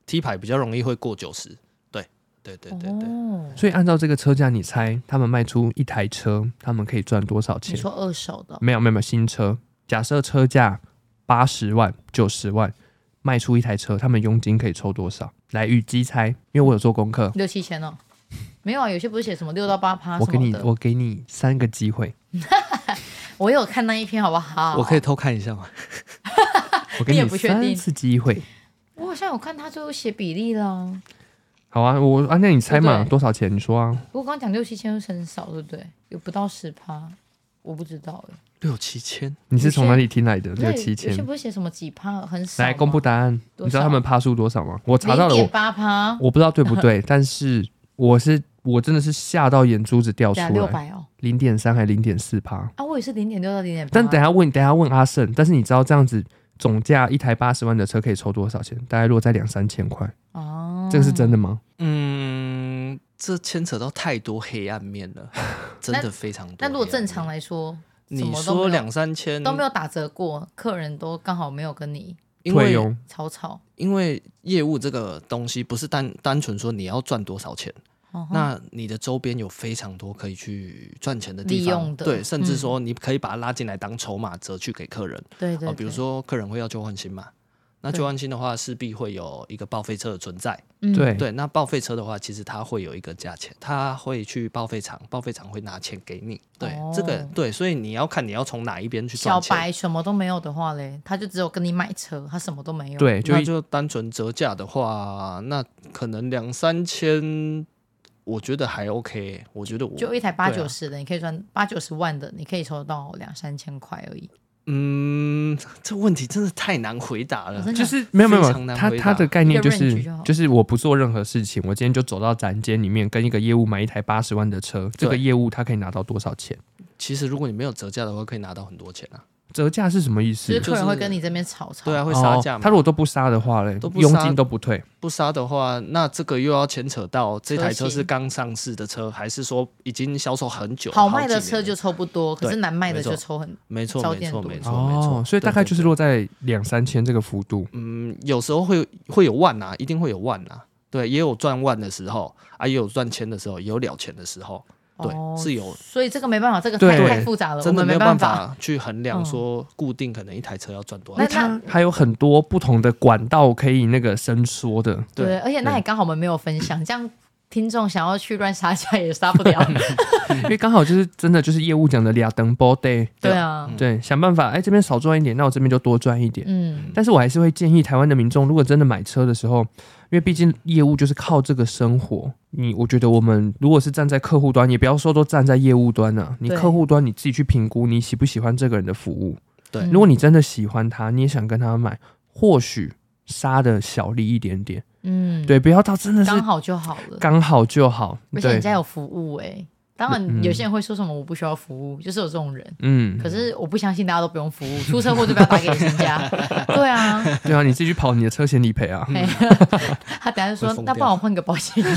A: T 牌比较容易会过九十，对对对对对，
C: 哦，
B: 所以按照这个车价，你猜他们卖出一台车，他们可以赚多少
C: 你
B: 钱？
C: 说二手的，
B: 没有没有没有，新车假设车价八十万、九十万，卖出一台车，他们佣金可以抽多少？来与鸡猜，因为我有做功课，
C: 六七千哦。没有啊，有些不是写什么六到八
B: 我
C: 趴啊什
B: 给
C: 么
B: 你
C: 的。
B: 我给你三个机 会，
C: 我有看那一篇，好不好？
A: 我可以，偷看一下吗？
B: 我给
C: 你也不确定
B: 三次机 会。
C: 我好像有看他最后写比例啦。
B: 好啊，我啊，那你猜
C: 对
B: 嘛，
C: 不对
B: 多少钱？你说啊，
C: 我刚刚讲六七千又是很少，对不对？有不到十趴，我不知道哎。
A: 六七千，
B: 你是
C: 有些
B: 从哪里听来的？
C: 对
B: 六七
C: 有些
B: 千。
C: 不是写什么几趴，很少吗。
B: 来公布答案，
C: 多
B: 你知道他
C: 少
B: 们趴数多少吗？我查到了
C: 零
B: 我
C: 点，八趴
B: 我，不知道对 不对，但是我是我真的是吓到眼珠子掉出
A: 啊
C: 加六
B: 来，
C: 百哦。
B: 零点三还零点四趴。
C: 啊，我也是零点六到零点八。
A: 啊
B: 但等一下问，等一下问阿胜，但是你知道这样子总价一台八十万的车可以抽多少钱？大概落在两三千块，
C: 哦，
B: 这个是真的吗？
A: 嗯，这牵扯到太多黑暗面 了，真的非常多。
C: 那如果正常，来说，什
A: 你
C: 么都没有
A: 说两三千
C: 都没有打折过，客人都刚好没有跟你
A: 因
B: 退
A: 为
B: 佣
C: 吵吵。
A: 因为业务这个东西不是单单纯说你要赚多少钱。
C: 哦
A: 那你的周边有非常多可以去赚钱的地
C: 利
A: 方，
C: 用的
A: 对，甚至
C: 嗯
A: 说你可以把它拉进来当筹码折去给客人。
C: 对对
A: 哦，
C: 对，
A: 比如说客人会要旧换新嘛，那
C: 对
A: 旧换新的话，势必会有一个报废车的存在。
C: 嗯，
B: 对，
A: 对，那报废车的话，其实它会有一个价钱，它会去报废厂，报废厂会拿钱给你。对，
C: 哦
A: 这个对，所以你要看你要从哪一边去赚
C: 小
A: 钱。
C: 白什么都没有的话嘞，他就只有跟你买车，他什么都没有。，
B: 对，就
A: 那
B: 一
A: 就单纯折价的话，那可能两三千，我觉得还 OK。我觉得我
C: 就一台八
A: 对
C: 九
A: 啊
C: 十的，你可以赚八九十万的，你可以抽到两三千块而已。
A: 嗯，这问题真的太难回答了
C: 哦真。的
B: 就是没有没有
A: 非
B: 没
A: 常
B: 有，
A: 难
B: 他
A: 回答
B: 他的概念就
C: 一个
B: 是
C: range 就好
B: 就是我不做任何事情，我今天就走到展间里面跟一个业务买一台八十万的车，这个业务他可以拿到多少钱？
A: 其实如果你没有折价的话，可以拿到很多钱啊。
B: 折价是什么意思
C: 就是？
A: 就
C: 客人会
A: 是
C: 跟你这边吵吵。
A: 对啊，会杀价
B: 哦
A: 嘛。
B: 他如果都不杀的话嘞，
A: 都不
B: 佣
A: 杀
B: 金都不退。
A: 不杀的话，那这个又要牵扯到这台车
C: 车型
A: 是刚上市的车，还是说已经销售很久？
C: 好卖的
A: 几
C: 车
A: 年
C: 就
A: 了
C: 抽不多，可是
A: 对
C: 难卖的
A: 没错
C: 就抽很。
A: 没错，
C: 少
A: 没
C: 见
A: 错，
C: 多
A: 没
C: 一
A: 错，没
B: 哦
A: 错。，
B: 所以大概
A: 对
B: 就是落在两三千这个幅度。
A: 嗯，有时候会会有万啊，一定会有万啊。对，也有赚万的时候啊，也有赚千的时候，也有了钱的时候，对，
C: 哦
A: 是有
C: 所以这个没办法，这个太
B: 对
C: 太复杂了，呃我
A: 真的
C: 们
A: 没有
C: 办
A: 办。
C: 嗯
A: 法去衡量说固定可能一台车要赚多
C: 那
A: 少
B: 那
A: 钱。
B: 它还有很多不同的管道可以那个伸缩的。
A: 对
C: 对，而且那也刚好我们没有分享，这样听众想要去乱杀价也杀 不了。
B: 因为刚好就是真的就是业务讲的俩等 b o day，
C: 对啊，
B: 对，想办法，哎，这边少赚一点，那我这边就多赚一点。
C: 嗯，
B: 但是我还是会建议台湾的民众，如果真的买车的时候，因为毕竟业务就是靠这个生活，你我觉得我们如果是站在客户端，也不要说都站在业务端啊，你
C: 对
B: 客户端你自己去评估你喜不喜欢这个人的服务。
A: 对
C: 嗯
B: 如果你真的喜欢他，你也想跟他买，或许杀的小利一点点，
C: 嗯，
B: 对，不要到真的是
C: 刚好就好了。
B: 刚好就好，
C: 而且
B: 对
C: 人，家有服务哎、当
B: 嗯
C: 然有些人会说什么我不需要服务，就是有这种人。
B: 嗯，
C: 可是我不相信大家都不用 服务，出车祸就不要打给人家。对啊，
B: 对啊，你自己去跑你的车险理赔啊，
C: 嘿他等下就
A: 会
C: 说
A: 疯
C: 那
A: 掉
C: 帮我换个保险业，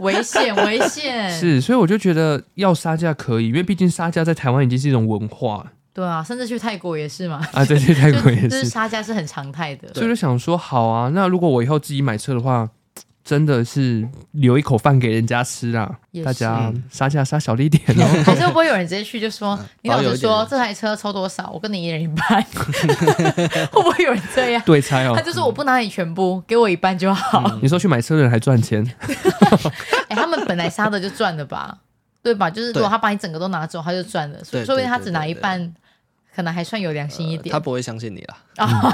C: 危险危险。
B: 是，所以我就觉得要杀价可以，因为毕竟杀价在台湾已经是一种文化
C: 对啊，甚至去泰国也是嘛，
B: 啊， 对对，泰
C: 就
B: 国也
C: 就是
B: 是，
C: 杀价是很常态的。
B: 所以就想说，好啊，那如果我以后自己买车的话，真的是留一口饭给人家吃啊
C: 也，
B: 大家
A: 是
B: 杀价杀小力一点 哦，
C: 还是会不会有人直接去就说，你
A: 嗯
C: 老
A: 保有
C: 实
A: 一点
C: 说
A: 人
C: 这台车抽多少，我跟你一人一 半， 会不会有人这样？
B: 对猜哦
C: 他，就说我不拿你全部，给我一半就好。
B: 你说去买车的人还赚钱，
C: 哎、他们本来杀的就赚了吧，对吧？就是如果
A: 对
C: 他把你整个都拿走，他就赚了，所以
A: 对
C: 说不定
A: 对
C: 他
A: 对
C: 只
A: 对
C: 拿一
A: 对
C: 半，可能还算有良心一点
A: 呃他。不会相信你 啦，
C: 啊，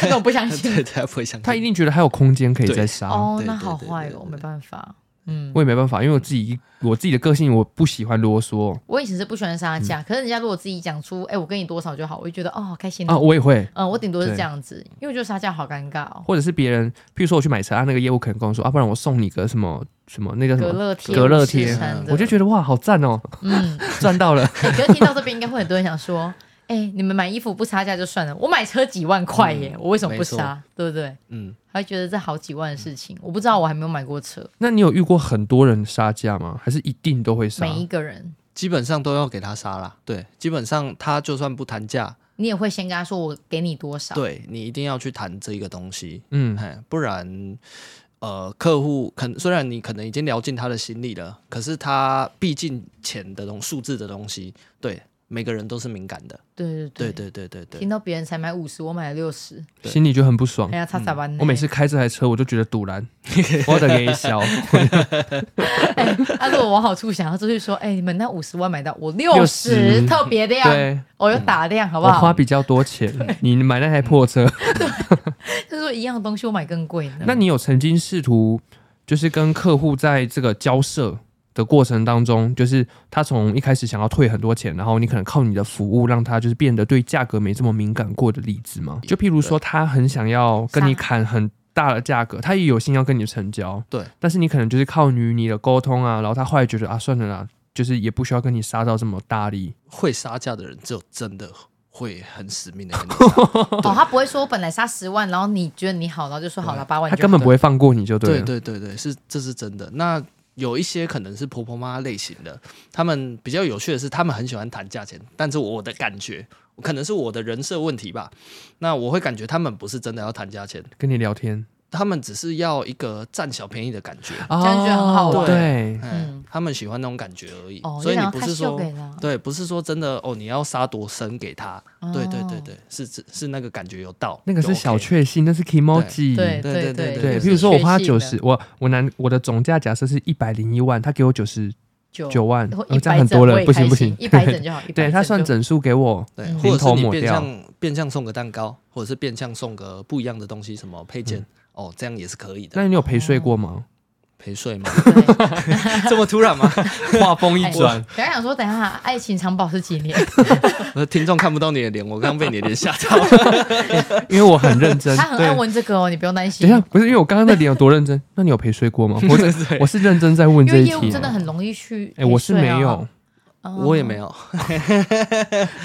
C: 这个我不相
A: 对
C: 信。
A: 对，他不会相信。
B: 他一定觉得还有空间可以
A: 对
B: 再杀。
C: 哦，
A: 对
C: 那
A: 对
C: 好
A: 对
C: 坏
A: 对
C: 哦，
A: 对
C: 没办法。嗯，
B: 我也没办法，因为我自己我自己的个性，我不喜欢啰嗦
C: 我以前是不喜欢杀价，
A: 嗯
C: 可是人家如果自己讲出，哎、我跟你多少就好，我就觉得哦，好开心
B: 啊，
C: 哦。
B: 我也会，
C: 嗯，我顶多是
B: 对
C: 这样子，因为我觉得杀价好尴尬哦。
B: 或者是别人，譬如说我去买车，啊，那个业务可能跟我说，啊，不然我送你个什么什么那个什
C: 隔
B: 么
C: 热贴，
B: 隔热
C: 五十
B: 贴
C: 层的
B: 我就觉得哇，好赞哦，
C: 嗯，
B: 赚到了。
C: 欸可是听到这边，应该会很多人想说：“ 哎、你们买衣服不杀价就算了，我买车几万块
B: 嗯
C: 耶，我为什么不杀？对不对
A: 嗯，？”
C: 还觉得这好几万的事情，我不知道，我还没有买过车。
B: 那你有遇过很多人杀价吗？还是一定都会杀？
C: 每一个人，
A: 基本上都要给他杀啦。对，基本上他就算不谈价，
C: 你也会先跟他说：“我给你多少？”，
A: 对你一定要去谈这个东西，
B: 嗯，
A: 哎，不然。呃，客户可能虽然你可能已经聊进他的心里了，可是他毕竟钱的东数字的东西，对每个人都是敏感的。
C: 对对
A: 对对对对对
C: 听，到别人才买五十，我买了六十，
A: 对
B: 心里就很不爽
C: 哎。呀，差咋办呢？
B: 嗯我每次开这台车，我就觉得堵 然，我得给你消。
C: 哎， 他如果往好处想，他就去说：“哎、你们那五十万买到我六十，
B: 60
C: 特别亮，
B: 对，
C: 我有打量，啊好不
B: 我花
C: 好？
B: 比较多钱，你买那台破车，
C: 他说一样东西我买更贵呢。
B: 那你有曾经试图就是跟客户在这个交涉的过程当中，就是他从一开始想要退很多钱，然后你可能靠你的服务让他就是变得对价格没这么敏感过的例子吗？就譬如说他很想要跟你
C: 杀
B: 砍很。大的价格，他也有心要跟你成交，
A: 对，
B: 但是你可能就是靠于你的沟通啊，然后他后来觉得啊，算了啦，就是也不需要跟你杀到这么大力，
A: 会杀价的人，只有真的会很死命的跟你
C: 哦，他不会说我本来杀十万，然后你觉得你好，然后就说好了八万就
B: 他
C: 好，
B: 根本不会放过你就对啊
A: 对对
B: 了，
A: 对对，是这是真的。那有一些可能是婆婆妈妈类型的，他们比较有趣的是，他们很喜欢谈价钱，但是我的感觉，可能是我的人设问题吧。那我会感觉他们不是真的要谈价钱，
B: 跟你聊天，
A: 他们只是要一个占小便宜的感觉。
B: 这
C: 样就很好
A: 玩
B: 哦对，
A: 嗯，他们喜欢那种感觉而已，
C: 哦，
A: 所以
C: 就
A: 你
C: 想
A: 不
C: 要
A: 是
C: 看秀
A: 说
C: 给他，
A: 对，不是说真的哦，你要杀多深给他，
C: 哦
A: 对对对对，是是是那个感觉有到，
B: 那个是
A: 就
B: 小
A: OK
B: 确幸，那是 emoji，
C: 对
A: 对对
C: 对
A: 对
B: 对，
A: 就
B: 嗯比
A: 是
B: 如说我花九
C: 确
B: 十
C: 信，
B: 我我男我的总价假设是一百零一万，他给我九十
C: 的
B: 九万，
C: 或
B: 呃
C: 一
B: 这样
C: 百
B: 很
C: 整
B: 多
C: 我
B: 了，
C: 也
B: 不行
C: 开
B: 不
C: 心
B: 行，
C: 一百整 就好，一百
B: 对他
C: 整
B: 算
C: 就
B: 整数给我，
A: 对，
C: 嗯
A: 或者是
B: 零头
A: 你
B: 抹
A: 变
B: 掉
A: 相变相送个蛋糕，或者是变相送个不一样的东西，什么配件、哦，这样也是可以的。
B: 嗯那你有陪
C: 哦
B: 睡过吗？
A: 陪睡吗？
C: 对
A: 这么突然吗？
B: 话锋一
C: 哎
B: 转，
C: 本来想说等一下爱情长跑是几年，
A: 我的听众看不到你的脸，我刚刚被你的脸吓 到。
B: 因为我很认 真，
C: 哎 他很
B: 对
C: 爱。问这个哦，你不用担
B: 等
C: 心
B: 一下，，不是因为我刚刚那点有多认真，那 你有陪睡过吗？我是我是认真在问
C: 因
B: 这
C: 为
B: 一
C: 业务
B: 题哦啊
C: 真，的很容易去
B: 哎，我是
C: 陪
B: 没
C: 睡啊
B: 有，
A: 我也没有，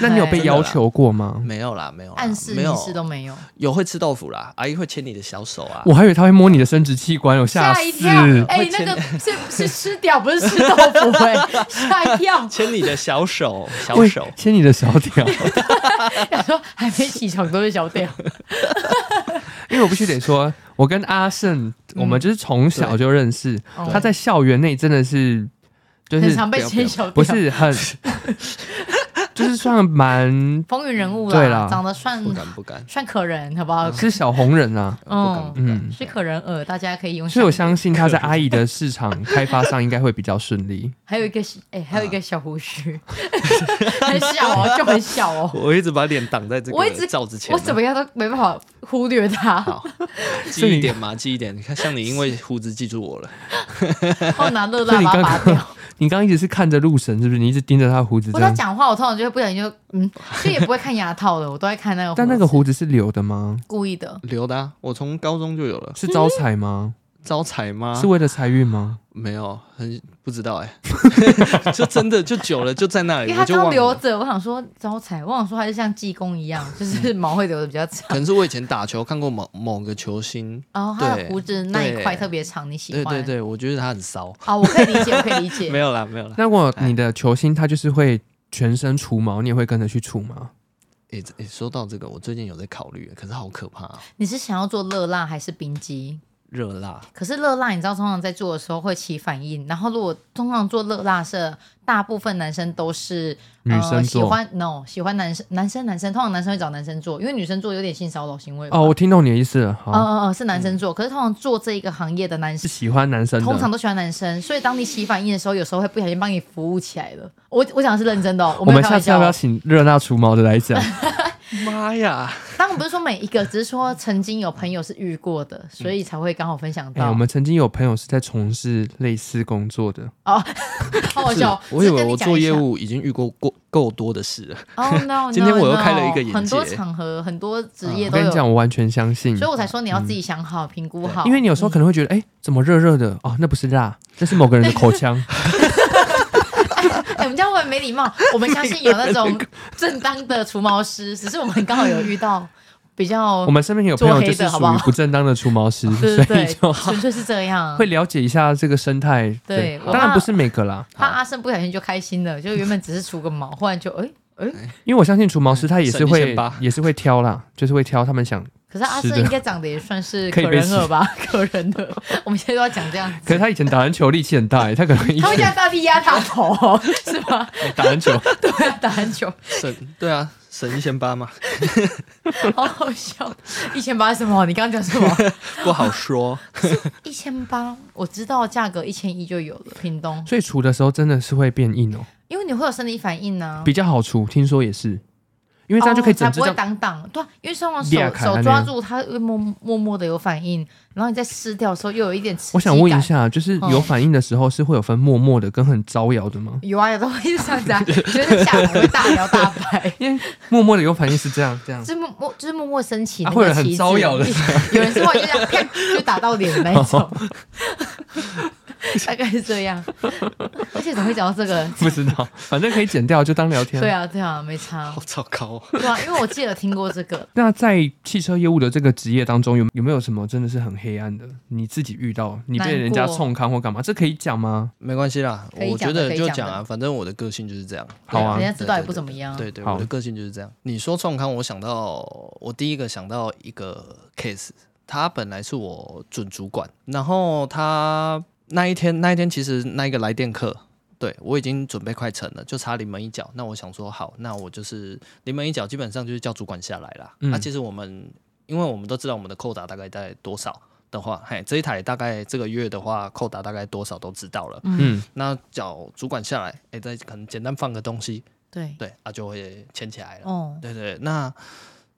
B: 那你有被
A: 真的
B: 要
A: 啦
B: 求过 吗？
A: 没有啦，没有啦
C: 暗示、
A: 没有
C: 明示都没有，
A: 有会吃豆腐啦，阿姨会牵你的小手啊。
B: 我还以为他会摸你的生殖器官，我吓
C: 吓
B: 死
C: 一！跳！哎、那 个是是吃屌，不是吃豆腐、哎， 吓一跳！
A: 牵你的小手，小
B: 喂
A: 手，
B: 牵你的小屌，
C: 想说还没起床都是小屌，
B: 因为我必须得说，我跟阿胜，我们就是从小就认识，
C: 嗯哦
B: 他在校园内真的是就
C: 很
B: 是
C: 常被
A: 不要
C: 牵小屌，
B: 不是很，就是算蛮
C: 风云人物啊
B: 对啦
C: 长得算
A: 不敢不敢，嗯
C: 算可人，好不好？
B: 是小红人啊，
A: 不敢
C: 嗯
A: 不敢
B: 嗯，。
C: 是可人呃耳，大家可以用。
B: 所以我相信他在阿姨的市场开发上应该会比较顺利。
C: 还有一个是
A: 啊
C: 哎、还有一个小胡须， 很 小哦，就很小哦。
A: 我一直把脸挡在这
C: 我一直
A: 个罩子前
C: 我
A: 啊，
C: 怎么样都没办法忽略他，
A: 好，
B: 所
A: 记
B: 以你
A: 一点嘛，记一点。你看，像你因为胡子记住我了，
C: 然后拿热
B: 所
C: 辣
B: 以你
C: 把
B: 刚
C: 它拔 掉。
B: 刚你刚刚一直是看着路神，是不是？你一直盯着他的胡子这
C: 我在
B: 样。
C: 讲话，我通常就会不小心就嗯，就也不会看牙套的，我都会看那个。
B: 但那个胡子是留的吗？
C: 故意的，
A: 留的、啊，我从高中就有了。
B: 是招财吗？
A: 招财吗
B: 是？为了财运吗？
A: 没有，很不知道哎、就真的就久了，就在那
C: 因
A: 里，
C: 为
A: 我
C: 他
A: 就
C: 刚
A: 忘
C: 留
A: 了。
C: 着，我想说招财，我想说他就像济公一样，
A: 嗯
C: 就是毛会留的比较
A: 可
C: 长。
A: 能是我以前打球看过某某个球星，
C: 哦，他的
A: 对
C: 胡子那一
A: 对
C: 块特别长，你喜
A: 对
C: 欢？
A: 对对，我觉得他很骚。
C: 啊，我可以理解，我可以理 解。
A: 没有啦，没有啦。
B: 那如果你的球星他就是会全身除毛，你也会跟着去除吗？
A: 诶、诶、说到这个，我最近有在考虑，可是好可怕、啊，
C: 你是想要做热辣还是冰激？
A: 热辣。
C: 可是热辣，你知道，通常在做的时候会起反应。然后，如果通常做热辣是大部分男生都是
B: 女
C: 呃、
B: 生
C: 喜
B: 做
C: 欢 no 喜欢男生男生男生，通常男生会找男生做，因为女生做有点性骚扰行为。
B: 哦，我听懂你的意思了。好，
C: 哦哦哦，是男生做。可是通常做这一个行业的男
B: 是
C: 生，
B: 喜欢男生的。
C: 通常都喜欢男生，所以当你起反应的时候，有时候会不小心帮你服务起来了。我我讲的是认真的、哦，我
B: 我
C: 没有
B: 们
C: 开
B: 下
C: 玩
B: 次要
C: 笑
B: 不
C: 哦、
B: 要请热辣除毛的来 讲？
A: 妈呀！
C: 当然不是说每一个，只是说曾经有朋友是遇过的，所以才会刚好分享
B: 哎、
C: 到。
B: 我们曾经有朋友是在从事类似工作的，
C: 哦，好好笑哦！
A: 我以
C: 是
A: 为
C: 跟你
A: 我
C: 讲
A: 做
C: 一
A: 业
C: 下
A: 务已经遇过够够多的事了。
C: 哦、no！
A: 今天
C: no，
A: 我又
C: no
A: 开了一个眼界
C: 很多场合、很多职业
B: 我嗯
C: 都
B: 跟
C: 有
B: 你，讲，我完全相信。
C: 所以我才说你要自己想好、评估好。嗯
B: 因为你有时候可能会觉得，哎、怎么热热的？哦，那不是辣，那是某个人的口 腔。
C: 哎，我们这样会不会没礼貌。我们相信有那 种正当的除毛师，只是我们刚好有遇到比较
B: 我，们身边有朋友就
C: 做黑
B: 是
C: 的好
B: 属
C: 不好
B: 于不正当的除毛师，
C: 对对
B: 所以就
C: 对，纯粹是这样。
B: 会了解一下这个生态。
C: 对我
B: 当然
C: 怕
B: 不是每个啦，
C: 怕阿胜不小心就开心了，就原本只是除个毛，忽然就哎哎。
B: 因为我相信除毛
C: 嗯
B: 师他也是
A: 省
B: 会
A: 1008
B: 也是会挑啦，就是会挑他们 想，
C: 可是阿
B: 是
C: 胜
B: 的
C: 应该长得也算是
B: 可以
C: 可
B: 被
C: 人
B: 吃
C: 耳吧，可人耳。我们现在都要讲这样
B: 可是他以前打篮球力气很大、欸，他可能一
C: 他会
B: 直
C: 叫大力压他头、 哦，是吗？
B: 打篮球。
C: 对啊，打篮球，
A: 省对啊，省一千八嘛，
C: 好好笑。一千八什么？你刚刚讲什 么？
A: 不好说。
C: 一千八，我知道价格一千一就有了，屏东，
B: 所以除的时候真的是会变硬哦、
C: 因为你会有生理反应呢、啊。
B: 比较好除，听说也是，因为这样就可以整
C: 哦、才
B: 只
C: 不
B: 这
C: 会
B: 样。
C: 挡挡，对啊、因为通常
B: 裂
C: 手
B: 开啊
C: 手
B: 那
C: 抓
B: 样
C: 住，它会默默默的有反应，然后你在撕掉的时候又有一点刺激
B: 我想问一
C: 感，
B: 下，就是
C: 嗯
B: 有反应的时候是会有分默默的跟很招摇的吗？
C: 有啊，有的会是这样 子啊，觉得下来会大摇大摆。
B: 因为默默的有反应是这样这样
C: 就，是默默，就是默默升起
B: 啊
C: 那
B: 会有
C: 个
B: 人很
C: 旗帜，
B: 招摇的 哦
C: 有人是会就这样啪就打到 脸的那一种， 大概是这样。而且怎么会讲到这个？
B: 不知道，反正可以剪掉就当聊天。
C: 对啊，对啊，没 差
A: 好，糟糕哦，
C: 对啊，因为我记得听过这 个。
B: 那在汽车业务的这个职业当中，有有没有什么真的是很黑暗的？你自己遇到，你被人家
C: 难过
B: 冲康或干嘛，这可以讲吗？
A: 没关系啦，
C: 可以
A: 我
C: 讲
A: 觉
C: 的
A: 得就
C: 可以讲
A: 讲
C: 的
A: 啊，反正我的个性就是这样。
B: 好啊
C: 人家知道也不怎么样。啊
A: 对对，
B: 好
A: 我的个性就是这样。你说创康，我想到我第一个想到一个 case，他本来是我准主管，然后他那一天那一天其实那一个来电课。对，我已经准备快成了，就差临门一脚。那我想说，好，那我就是临门一脚，基本上就是叫主管下来啦。那、
B: 嗯
A: 其实我们，因为我们都知道我们的扣打大概在多少的话，嘿，这一台大概这个月的话，扣打大概多少都知道了。
B: 嗯，
A: 那叫主管下来，哎、再可能简单放个东西，
C: 对，
A: 对，啊就会牵起来了。
C: 哦，
A: 对对，那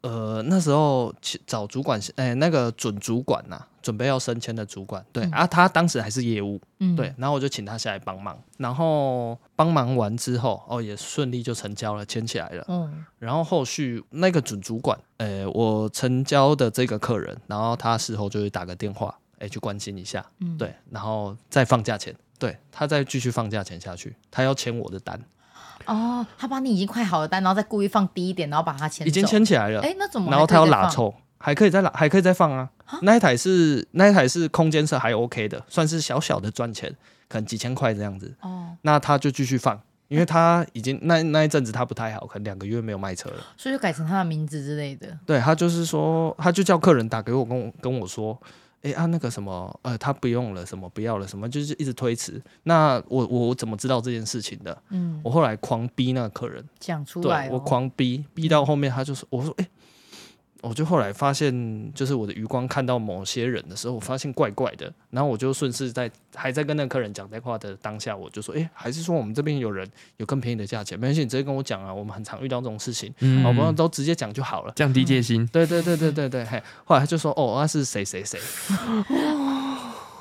A: 呃那时候去找主管，哎、那个准主管呐、准备要升迁的主管，对、啊，他当时还是业务，
C: 嗯，
A: 对，，然后我就请他下来帮忙，然后帮忙完之后，哦也顺利就成交了，签起来了。
C: 嗯，
A: 然后后续那个准主管，呃，我成交的这个客人，然后他事后就会打个电话，哎，去关心一下，
C: 嗯
A: 对，然后再放价钱，对他再继续放价钱下去，他要签我的单，
C: 哦，他把你已经快好的单，然后再故意放低一点，然后把它牵走。
A: 已经牵起来了，
C: 哎，那怎么还可以再放？
A: 然后他要拉臭，还可以再拉，还可以再放啊。那一台是那一台是空间车还 OK 的，算是小小的赚钱，可能几千块这样子。
C: 哦，
A: 那他就继续放，因为他已经那那一阵子他不太好，可能两个月没有卖车了。
C: 所以就改成他的名字之类的。
A: 对他就是说，他就叫客人打给我，跟我跟我说，哎啊那个什么，呃，他不用了，什么不要了，什么就是一直推迟。那我我我怎么知道这件事情的？
C: 嗯，
A: 我后来狂逼那个客人，
C: 讲出
A: 对
C: 来、哦。嗯
A: 我狂逼，逼到后面他就说，我说哎、诶我就后来发现，就是我的余光看到某些人的时候，我发现怪怪的，然后我就顺势在还在跟那个客人讲这话的当下，我就说，哎、还是说我们这边有人有更便宜的价钱，没关系，你直接跟我讲啊，我们很常遇到这种事情，
B: 嗯
A: 好、不然都直接讲就好了。
B: 降低戒心，
A: 对对对对对对，嘿，后来他就说，哦，那是谁谁谁，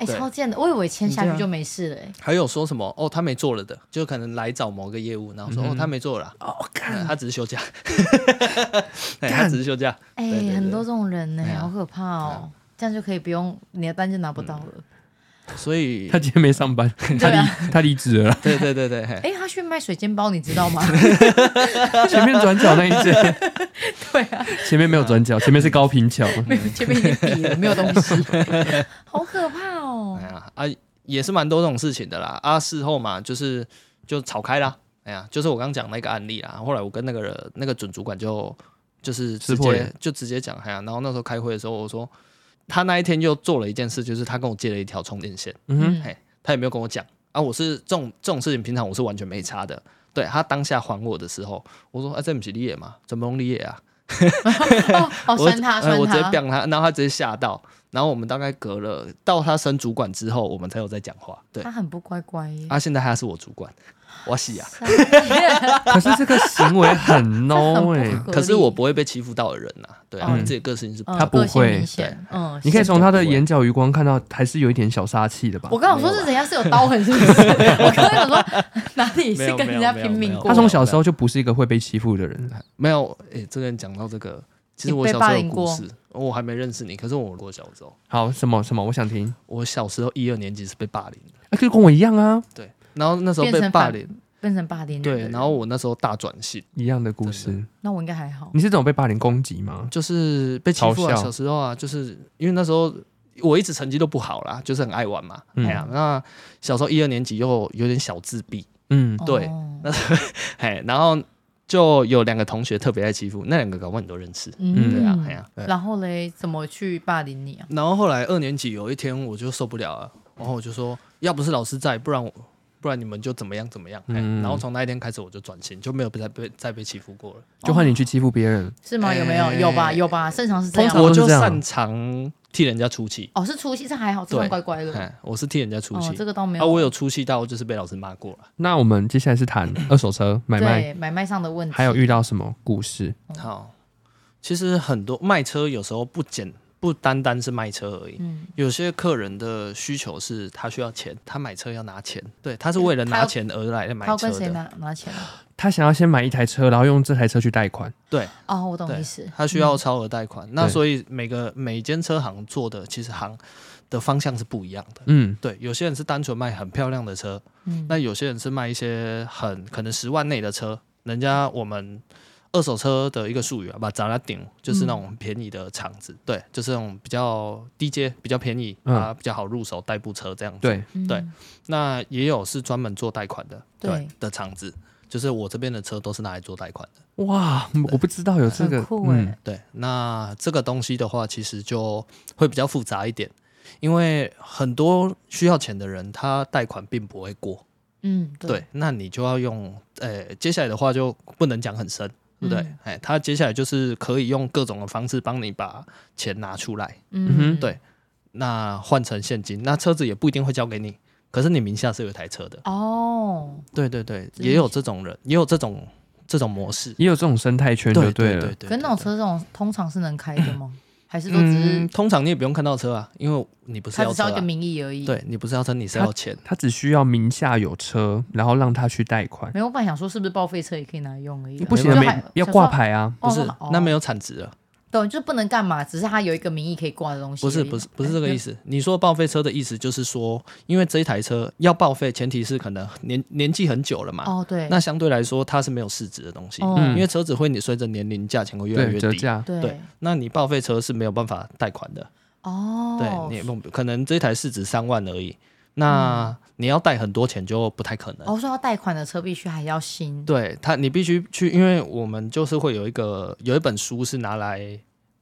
C: 哎、
A: 对
C: 超贱的，我以为签下
A: 你这
C: 去
A: 样
C: 就没事了、哎
A: 还有说什么，哦，他没做了的，就可能来找某个业务，然后说，哦，他没做了啦，
B: 哦，
A: 呃他只是休 假，嘿他只是休假，
C: 哎、
A: 对对对
C: 很多这种人呢、
A: 哎呀嗯
C: 好可怕哦、这样就可以不用你的单就拿不到了。
A: 所以
B: 他今天没上班，他
C: 对
B: 离
C: 啊
B: 他离职了啦，
A: 对对对对， 嘿
C: 哎、他去卖水煎包，你知 道吗？
B: 前面转角那一间，
C: 对啊，
B: 前面没有转角，前面是高平桥，
C: 没有前面已经比了，没有东 西，好可怕哦、
A: 哎呀啊，也是蛮多这种事情的啦。啊，事后嘛，就是就吵开啦。哎呀，就是我刚讲那个案例啦。后来我跟那个人那个准主管就就是直
B: 撕破
A: 接
B: 脸
A: 就直接讲，哎呀，然后那时候开会的时候，我说他那一天又做了一件事，就是他跟我借了一条充电线，
B: 嗯哼，
C: 嗯
A: 哎，他也没有跟我讲啊。我是这种这种事情，平常我是完全没差的。对他当下还我的时候，我说啊，这不是你也嘛，怎么用你也啊？
C: 哦，哦，
A: 我
C: 酸他，
A: 哎
C: 酸
A: 我直接
C: 他，
A: 表他，然后他直接吓到，然后我们大概隔了到他升主管之后，我们才有在讲话。对，
C: 他很不乖乖耶。
A: 啊，现在他是我主管，我洗 啊，
C: 傻眼
B: 可是这个行为 很 no 哎、
C: 这很不合理
A: 可是我不会被欺负到的人呐、对、啊，
C: 嗯
A: 自己个性是不
C: 嗯
B: 他不
C: 个性
B: 会
C: 明显，嗯，
B: 你可以
C: 是
B: 从他的眼角余光看到，还是有一点小杀气的吧
C: 我。刚刚说是人家是有刀痕，是 不是？我刚刚想说 哪里是跟人家拼命过？
B: 他从小时候就不是一个会被欺负的人，
A: 没有。诶、这个人讲到这个，其实
C: 你
A: 我
C: 被
A: 小时
C: 霸
A: 候有
C: 凌
A: 故
C: 过
A: 事，我还没认识你，可是我过小时候，
B: 好，什么什么，我想听。
A: 我小时候一二年级是被霸凌的，
B: 啊，就跟我一样啊，
A: 对，然后那时候
C: 变
A: 被
C: 成
A: 霸
C: 反
A: 凌，
C: 变成霸凌
A: 对，
C: 人，
A: 然后我那时候大转性，
B: 一样的故事
A: 真。
C: 那我应该还好。
B: 你是这种被霸凌攻击吗？
A: 就是被欺负
B: 嘲
A: 啊，
B: 笑
A: 小时候啊，就是因为那时候我一直成绩都不好啦，就是很爱玩嘛，
B: 嗯
A: 哎呀，那小时候一二年级又有点小自闭，
B: 嗯，
A: 对
C: 哦
A: 哎，然后就有两个同学特别爱欺负，那两个搞不好你都认识。
B: 嗯
A: 对啊，哎呀、对
C: 然后嘞，怎么去霸凌你啊？
A: 然后后来二年级有一天我就受不了了，然后我就说，要不是老师在，不然我不然你们就怎么样怎么样。哎
B: 嗯
A: 然后从那一天开始我就转型，就没有被再被再被欺负过了。
B: 就换你去欺负别人，
C: 是吗？有没有？
A: 哎
C: 有吧？有吧？正常是这
A: 通
C: 样
A: 常
C: 吧。
A: 我
B: 哦都是
A: 就
B: 这样
A: 擅长替人家出气，
C: 哦，是出气，这还好，这
A: 对
C: 蛮乖乖的。
A: 哎，我是替人家出
C: 哦
A: 气，。
C: 这个倒没
A: 啊，
C: 有。
A: 我有出气到就是被老师骂过了。
B: 那我们接下来是谈二手车买卖，
C: 嗯对买卖上的问题，
B: 还有遇到什么故事？
A: 好，其实很多卖车有时候不简不单单是卖车而已，
C: 嗯，
A: 有些客人的需求是他需要钱，他买车要拿钱，对，他是为了
C: 他要
A: 拿钱而来买
C: 他要
A: 车
C: 跟谁
A: 的，
C: 拿拿钱啊？
B: 他想要先买一台车，然后用这台车去贷款。
A: 对，
C: 哦，我懂
A: 对
C: 意思。嗯
A: 他需要超额贷款。那
B: 对
A: 所以每个每间车行做的其实行的方向是不一样的。
B: 嗯，
A: 对，有些人是单纯卖很漂亮的车，
C: 嗯，
A: 那有些人是卖一些很可能十万内的车，人家我们二手车的一个术语啊，把砸拉顶，就是那种很便宜的厂子，对，嗯就是那种比较低阶、比较便宜
B: 嗯
A: 啊，比较好入手代步车这样子。
B: 对，
C: 嗯
A: 对那也有是专门做贷款的，
C: 对
A: 的厂子，就是我这边的车都是拿来做贷款的。
B: 哇，我不知道有这个
C: 很，酷
B: 嗯
C: 哎，
A: 对，那这个东西的话，其实就会比较复杂一点，因为很多需要钱的人，他贷款并不会过。
C: 嗯，
A: 对，那你就要用，呃，接下来的话就不能讲很深，对不对
C: 嗯？
A: 哎、他接下来就是可以用各种的方式帮你把钱拿出来，
B: 嗯哼
C: 嗯，
A: 对那换成现金，那车子也不一定会交给你，可是你名下是有一台车的，
C: 哦，
A: 对对对，
C: 真
A: 也有这种人，也有这种这种模式，
B: 也有这种生态圈就
A: 对
B: 了。
A: 对
C: 可是那种车这种通常是能开的吗？还是说只
A: 嗯，
C: 是
A: 通常你也不用看到车啊，因为你不是
C: 他
A: 要
C: 只
A: 车、
C: 是要一个
A: 啊，
C: 名义而已？，
A: 对你不是要车，你是要钱，
B: 他只需要名下有车，然后让他去贷款，
C: 没有，我本来想说是不是报废车也可以拿来用而已啊，哦
B: 不行
A: 没有
B: 的
C: 就
B: 没
C: 还
B: 要挂，牌啊。
A: 不是、那没
C: 有
A: 有产值了，
C: 懂，就是不能干嘛，只是它有一个名义可以挂的东西而
A: 不
C: 已
A: 是
C: 嘛。
A: 不是不是这个
C: 哎
A: 意思。你说报废车的意思就是说，因为这一台车要报废，前提是可能年年纪很久了嘛。
C: 哦，对，
A: 啊那相对来说，它是没有市值的东西，
C: 哦
A: 因为车子会你随着年龄价钱会越来
B: 对，
A: 越
B: 折
A: 低。
B: 价，
C: 对
A: 对那你报废车是没有办法贷款的，
C: 哦，
A: 对，你也不可能这台市值三万而已，
C: 嗯
A: 那你要贷很多钱就不太可能。
C: 哦，说要贷款的车必须还要新，
A: 对他，你必须去，因为我们就是会有一个有一本书是拿来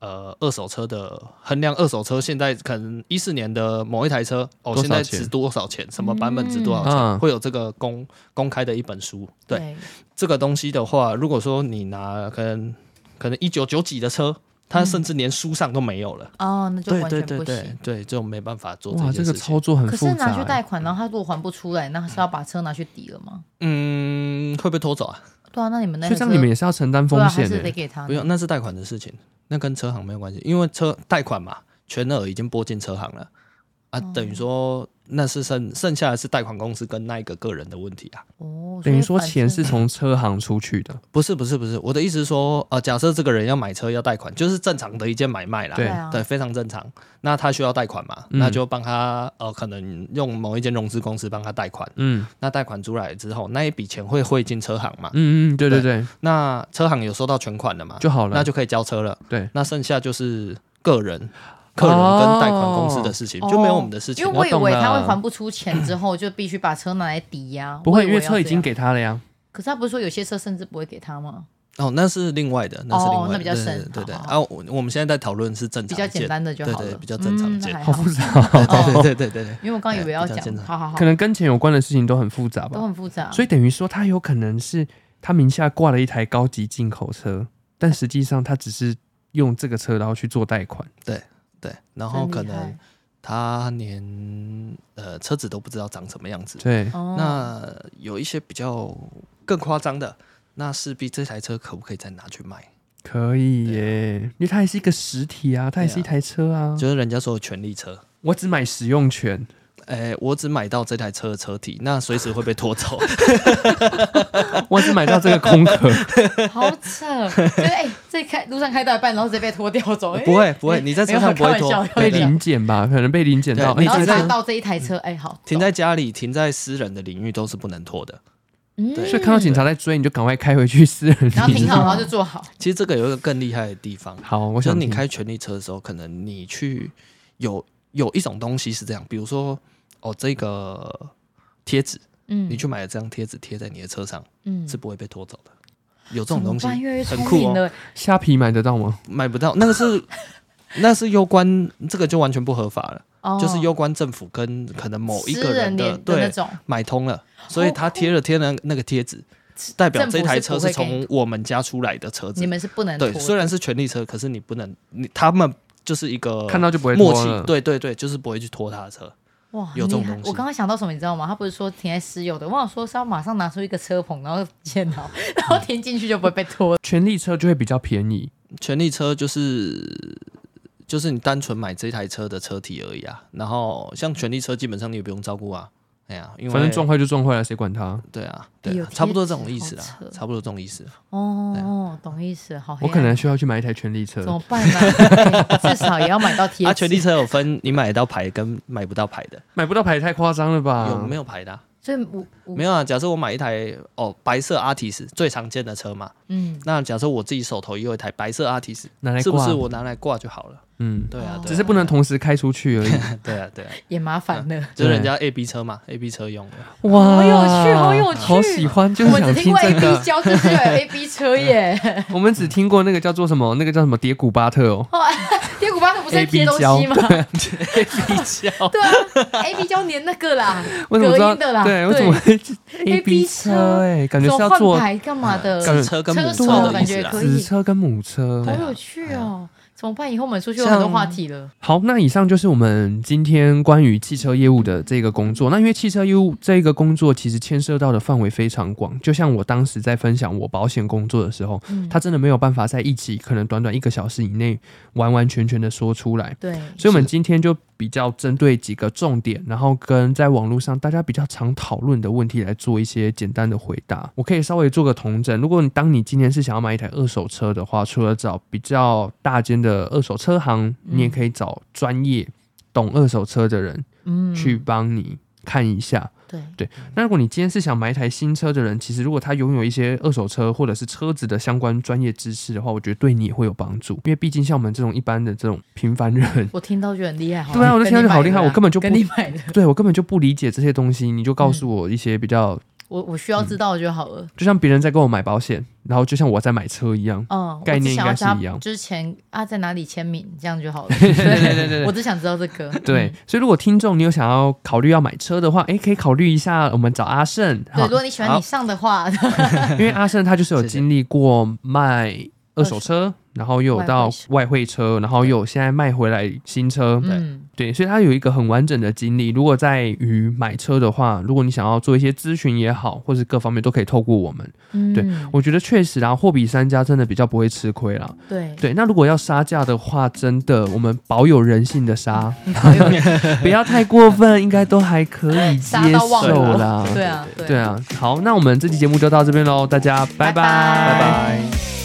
A: 呃二手车的衡量，二手车现在可能一四年的某一台车哦，
B: 多少
A: 现在
B: 钱
A: 值多少钱，什么版本值多少钱，
B: 嗯
A: 会有这个公公开的一本书。对这个东西的话，如果说你拿可能可能一九九几的车，它甚至连书上都没有了。
C: 哦，嗯那就
A: 对
C: 完
A: 对
C: 全
A: 对
C: 不
A: 对
C: 行。
A: 对，就没办法做
B: 哇，
A: 这件
B: 这个
A: 事情。
B: 操作很
C: 可
B: 复
C: 是拿
B: 杂
C: 去
B: 欸。
C: 贷款，然后他如果还不出来，那是要把车拿去抵了吗？
A: 嗯，会被拖走啊？
C: 对啊，那你们那
B: 所以
C: 个
B: 这
C: 车
B: 样你们也是要承担风
C: 对啊，还
B: 险
C: 是得
B: 的，
C: 给他
A: 不用，那是贷款的事情，那跟车行没有关系，因为车贷款嘛，全额已经拨进车行了啊，
C: 哦
A: 等于说那是剩剩下的是贷款公司跟那一个个人的问题啊。
C: 哦。
B: 等于
C: 所
B: 说
C: 以反
B: 钱
C: 正
B: 是从车行出去的。
A: 不是不是不是，我的意思是说，呃，假设这个人要买车要贷款，就是正常的一件买卖啦，
B: 对
C: 啊
A: 对，非常正常。那他需要贷款嘛，
B: 嗯
A: 那就帮他呃，可能用某一间融资公司帮他贷款。
B: 嗯
A: 那贷款出来之后，那一笔钱会汇进车行嘛？
B: 嗯嗯，对对对，
A: 那车行有收到全款的嘛？
B: 就好了。
A: 那就可以交车了。
B: 对，
A: 那剩下就是个人、个人跟贷款公司的事情，
C: 哦
A: 就没有我们的事啊情。
C: 因为我以
B: 我
C: 为
B: 懂了
C: 他会还不出钱之后，就必须把车拿来抵押。
B: 不
C: 我
B: 会，
C: 以
B: 因为
C: 要
B: 车已
C: 这
B: 经
C: 样，
B: 给他了呀。
C: 可是他不是说有些车甚至不会给他吗？
A: 哦，那是另外的，那是另外的，
C: 哦那比较深
A: 对对对对
C: 好
A: 啊，我我们现在在讨论是正
C: 比
A: 常
C: 较
A: 件，
C: 简单的就好
A: 对
C: 了，
A: 对比较正常
C: 嗯
A: 见
C: 那还
B: 好
C: 好哦
B: 复杂，
A: 对对对对对。
C: 因为我刚刚以为
A: 哎
C: 要
A: 比较
C: 讲
A: 正，常
C: 好好好
B: 可，能跟钱有关的事情都很复杂
C: 都
B: 吧。
C: 很复杂。
B: 所以等于说，他有可能是他名下挂了一台高级进口车，但实际上他只是用这个车然后去做贷款。
A: 对，然
C: 真
A: 后可
C: 厉害
A: 能他连呃车子都不知道长什么样子。
B: 对，
C: 哦
A: 那有一些比较更夸张的，那势必这台车可不可以再拿去卖？
B: 可以耶，因为它也是一个实体啊，它也是一台车啊。
C: 嗯
A: 就是人家说的权利车。
B: 我只买使用权，
A: 哎、我只买到这台车的车体，那随时会被拖走。
B: 我只买到这个空 壳。
C: 好扯，就是哎、这开路上开到一半，然后直接被拖掉走，哎
A: 不会不会，你在车
C: 没有
A: 上不会
C: 开玩
A: 拖
C: 笑，
B: 被
C: 开玩笑
B: 临检吧，可能被临检到。
A: 对你
B: 哎
C: 然后
A: 停在
C: 查到这一台车，哎、好，
A: 嗯停
C: 走，
A: 在家里，停在私人的领域都是不能拖的。
C: 嗯
A: 对
B: 所以看到警察在追，你就赶快开回去私人停。
C: 然后停好，然后就坐好，
A: 其实这个有一个更厉害的地方，
B: 好，我
A: 我
B: 想
A: 想你
B: 听
A: 开权力车的时候，可能你去有有一种东西是这样，比如说哦，这个贴纸，
C: 嗯，
A: 你去买了这张贴纸贴在你的车上，
C: 嗯，
A: 是不会被拖走的。有这种
C: 怎么
A: 东西
C: 办越来越
A: 很
C: 聪
A: 酷
C: 明
A: 哦，
C: 了，
B: 虾皮买得到吗？
A: 买不到，那个是那是攸关这个就完全不合法了，
C: 哦
A: 就是攸关政府跟可能某一
C: 私
A: 个
C: 人
A: 的
C: 连的那
A: 对
C: 种，
A: 买通了，所以他贴了贴了那个贴纸，
C: 哦
A: 代表这台车是从我们家出来的车
C: 你
A: 子。
C: 们是不能拖
A: 对，
C: 的，
A: 虽然是权力车，可是你不能，你他们就是一个
B: 看到就不会
A: 呃默
B: 拖了
A: 契，对对对，就是不会去拖他的车。
C: 哇，
A: 有这种
C: 厉害
A: 东西
C: 我刚刚想到什么，你知道吗？他不是说停在私有的，我想说是要马上拿出一个车棚，然后建好， 然后停进去就不会被拖。
B: 权力车就会比较便宜，
A: 权力车就是就是你单纯买这台车的车体而已啊。然后像权力车，基本上你也不用照顾啊。哎呀，因为
B: 反正撞坏就撞坏了，谁管他？
A: 对啊，对
C: 有
A: 啊
C: 贴，纸
A: 差不多这种意思啦
C: 好扯，
A: 差不多这种意思。
C: 哦，懂意思，好黑
B: 我
C: 暗，
B: 可能需要去买一台权力车
C: 怎。么办呢、哎至少也要买到贴纸。
A: 啊，权力车有分你买得到牌跟买不到牌的，
B: 买不到牌太夸张了吧？
A: 有没有牌的啊？
C: 所以我我
A: 没有啊，假设我买一台哦白色阿提斯最常见的车嘛，
C: 嗯，
A: 那假设我自己手头也有一台白色阿提斯，
B: 拿来挂？
A: 是不是我拿来挂就好了？
B: 嗯，
A: 对啊，对啊
B: 只是不能同时开出去而 已。
A: 对啊对啊，
C: 也麻烦了。
A: 就是人家 A B 车嘛，A B 车 用的。
B: 哇，
C: 好有趣好有趣
B: 好喜欢，就
C: 我
B: 是
C: 们
B: 想
C: 只
B: 听
C: 听过 A
B: 这
C: B
B: 个。
C: 胶，这是有 A B 车耶。
B: 我们只听过那个叫做什么，那个叫什么叠古巴特哦
C: 贴古巴可不是在
B: ，A
C: 贴
B: B
C: 东
B: 胶
C: 西吗？
A: A B 车，
C: 对啊，A B 胶粘那个啦，
B: 为什么知
C: 隔
B: 道？
C: 音的啦
B: 对，
C: 对
B: 为什么会
C: A B 车
B: 哎，感觉
C: 走
B: 是要
C: 换
B: 做哎
C: 牌干嘛的？
B: 感觉
A: 子车跟母
C: 车
A: 车
C: 手
A: 的
C: 感
A: 意思啊
C: 觉
A: 啦
C: 可。
B: 子
C: 以，哎
B: 车跟啊哎母车。
C: 好有趣哦。怎么办？以后我们出去有很多话题了。
B: 好，那以上就是我们今天关于汽车业务的这个工作。那因为汽车业务这个工作其实牵涉到的范围非常广，就像我当时在分享我保险工作的时候，
C: 嗯
B: 它真的没有办法在一起，可能短短一个小时以内完完全全的说出来。
C: 对，
B: 所以，我们今天就比较针对几个重点，然后跟在网络上大家比较常讨论的问题来做一些简单的回答。我可以稍微做个同整。如果你当你今年是想要买一台二手车的话，除了找比较大间的二手车行，你也可以找专业懂二手车的人
C: 嗯，
B: 去帮你看一下。
C: 对，
B: 那如果你今天是想买一台新车的人，其实如果他拥有一些二手车或者是车子的相关专业知识的话，我觉得对你也会有帮助。因为毕竟像我们这种一般的这种平凡人，
C: 我听到就很厉害，好
B: 对啊我就
C: 跟
B: 听到
C: 你
B: 就好
C: 买
B: 厉害
C: 的啊
B: 我根本就不
C: 跟你买的，
B: 对我根本就不理解这些东西，你就告诉我一些比较，
C: 我我
B: 嗯
C: 需要知道就好了。
B: 就像别人在跟我买保险，然后就像我在买车一样。
C: 嗯，我
B: 概
C: 只
B: 念
C: 想
B: 应
C: 要
B: 该是
C: 加
B: 一样
C: 就是钱啊在哪里签名，这样就好了。
B: 对对对对
C: 我只想知道这个。
B: 对
C: 嗯，
B: 所以如果听众你有想要考虑要买车的话，诶，可以考虑一下我们找阿胜，哈
C: 对，如，果你喜欢
A: 好
C: 你上的话，
B: 因为阿胜他就是有
A: 谢谢
B: 经历过卖二手车，然后又有到外汇车，然后又有现在卖回来新车，
C: 嗯，
B: 对，所以他有一个很完整的经历。如果在于买车的话，如果你想要做一些咨询也好，或是各方面都可以透过我们。对
C: 嗯
B: 我觉得确实啊，货比三家真的比较不会吃亏啦。
C: 对
B: 对，那如果要杀价的话，真的我们保有人性的杀，
C: 对，
B: 不要太过分，应该都还可以接
C: 杀到忘
B: 受
C: 我
B: 啦。
C: 对啊，对
B: 对啊，好，那我们这期节目就到这边喽，大家拜拜
C: 拜
A: 拜拜。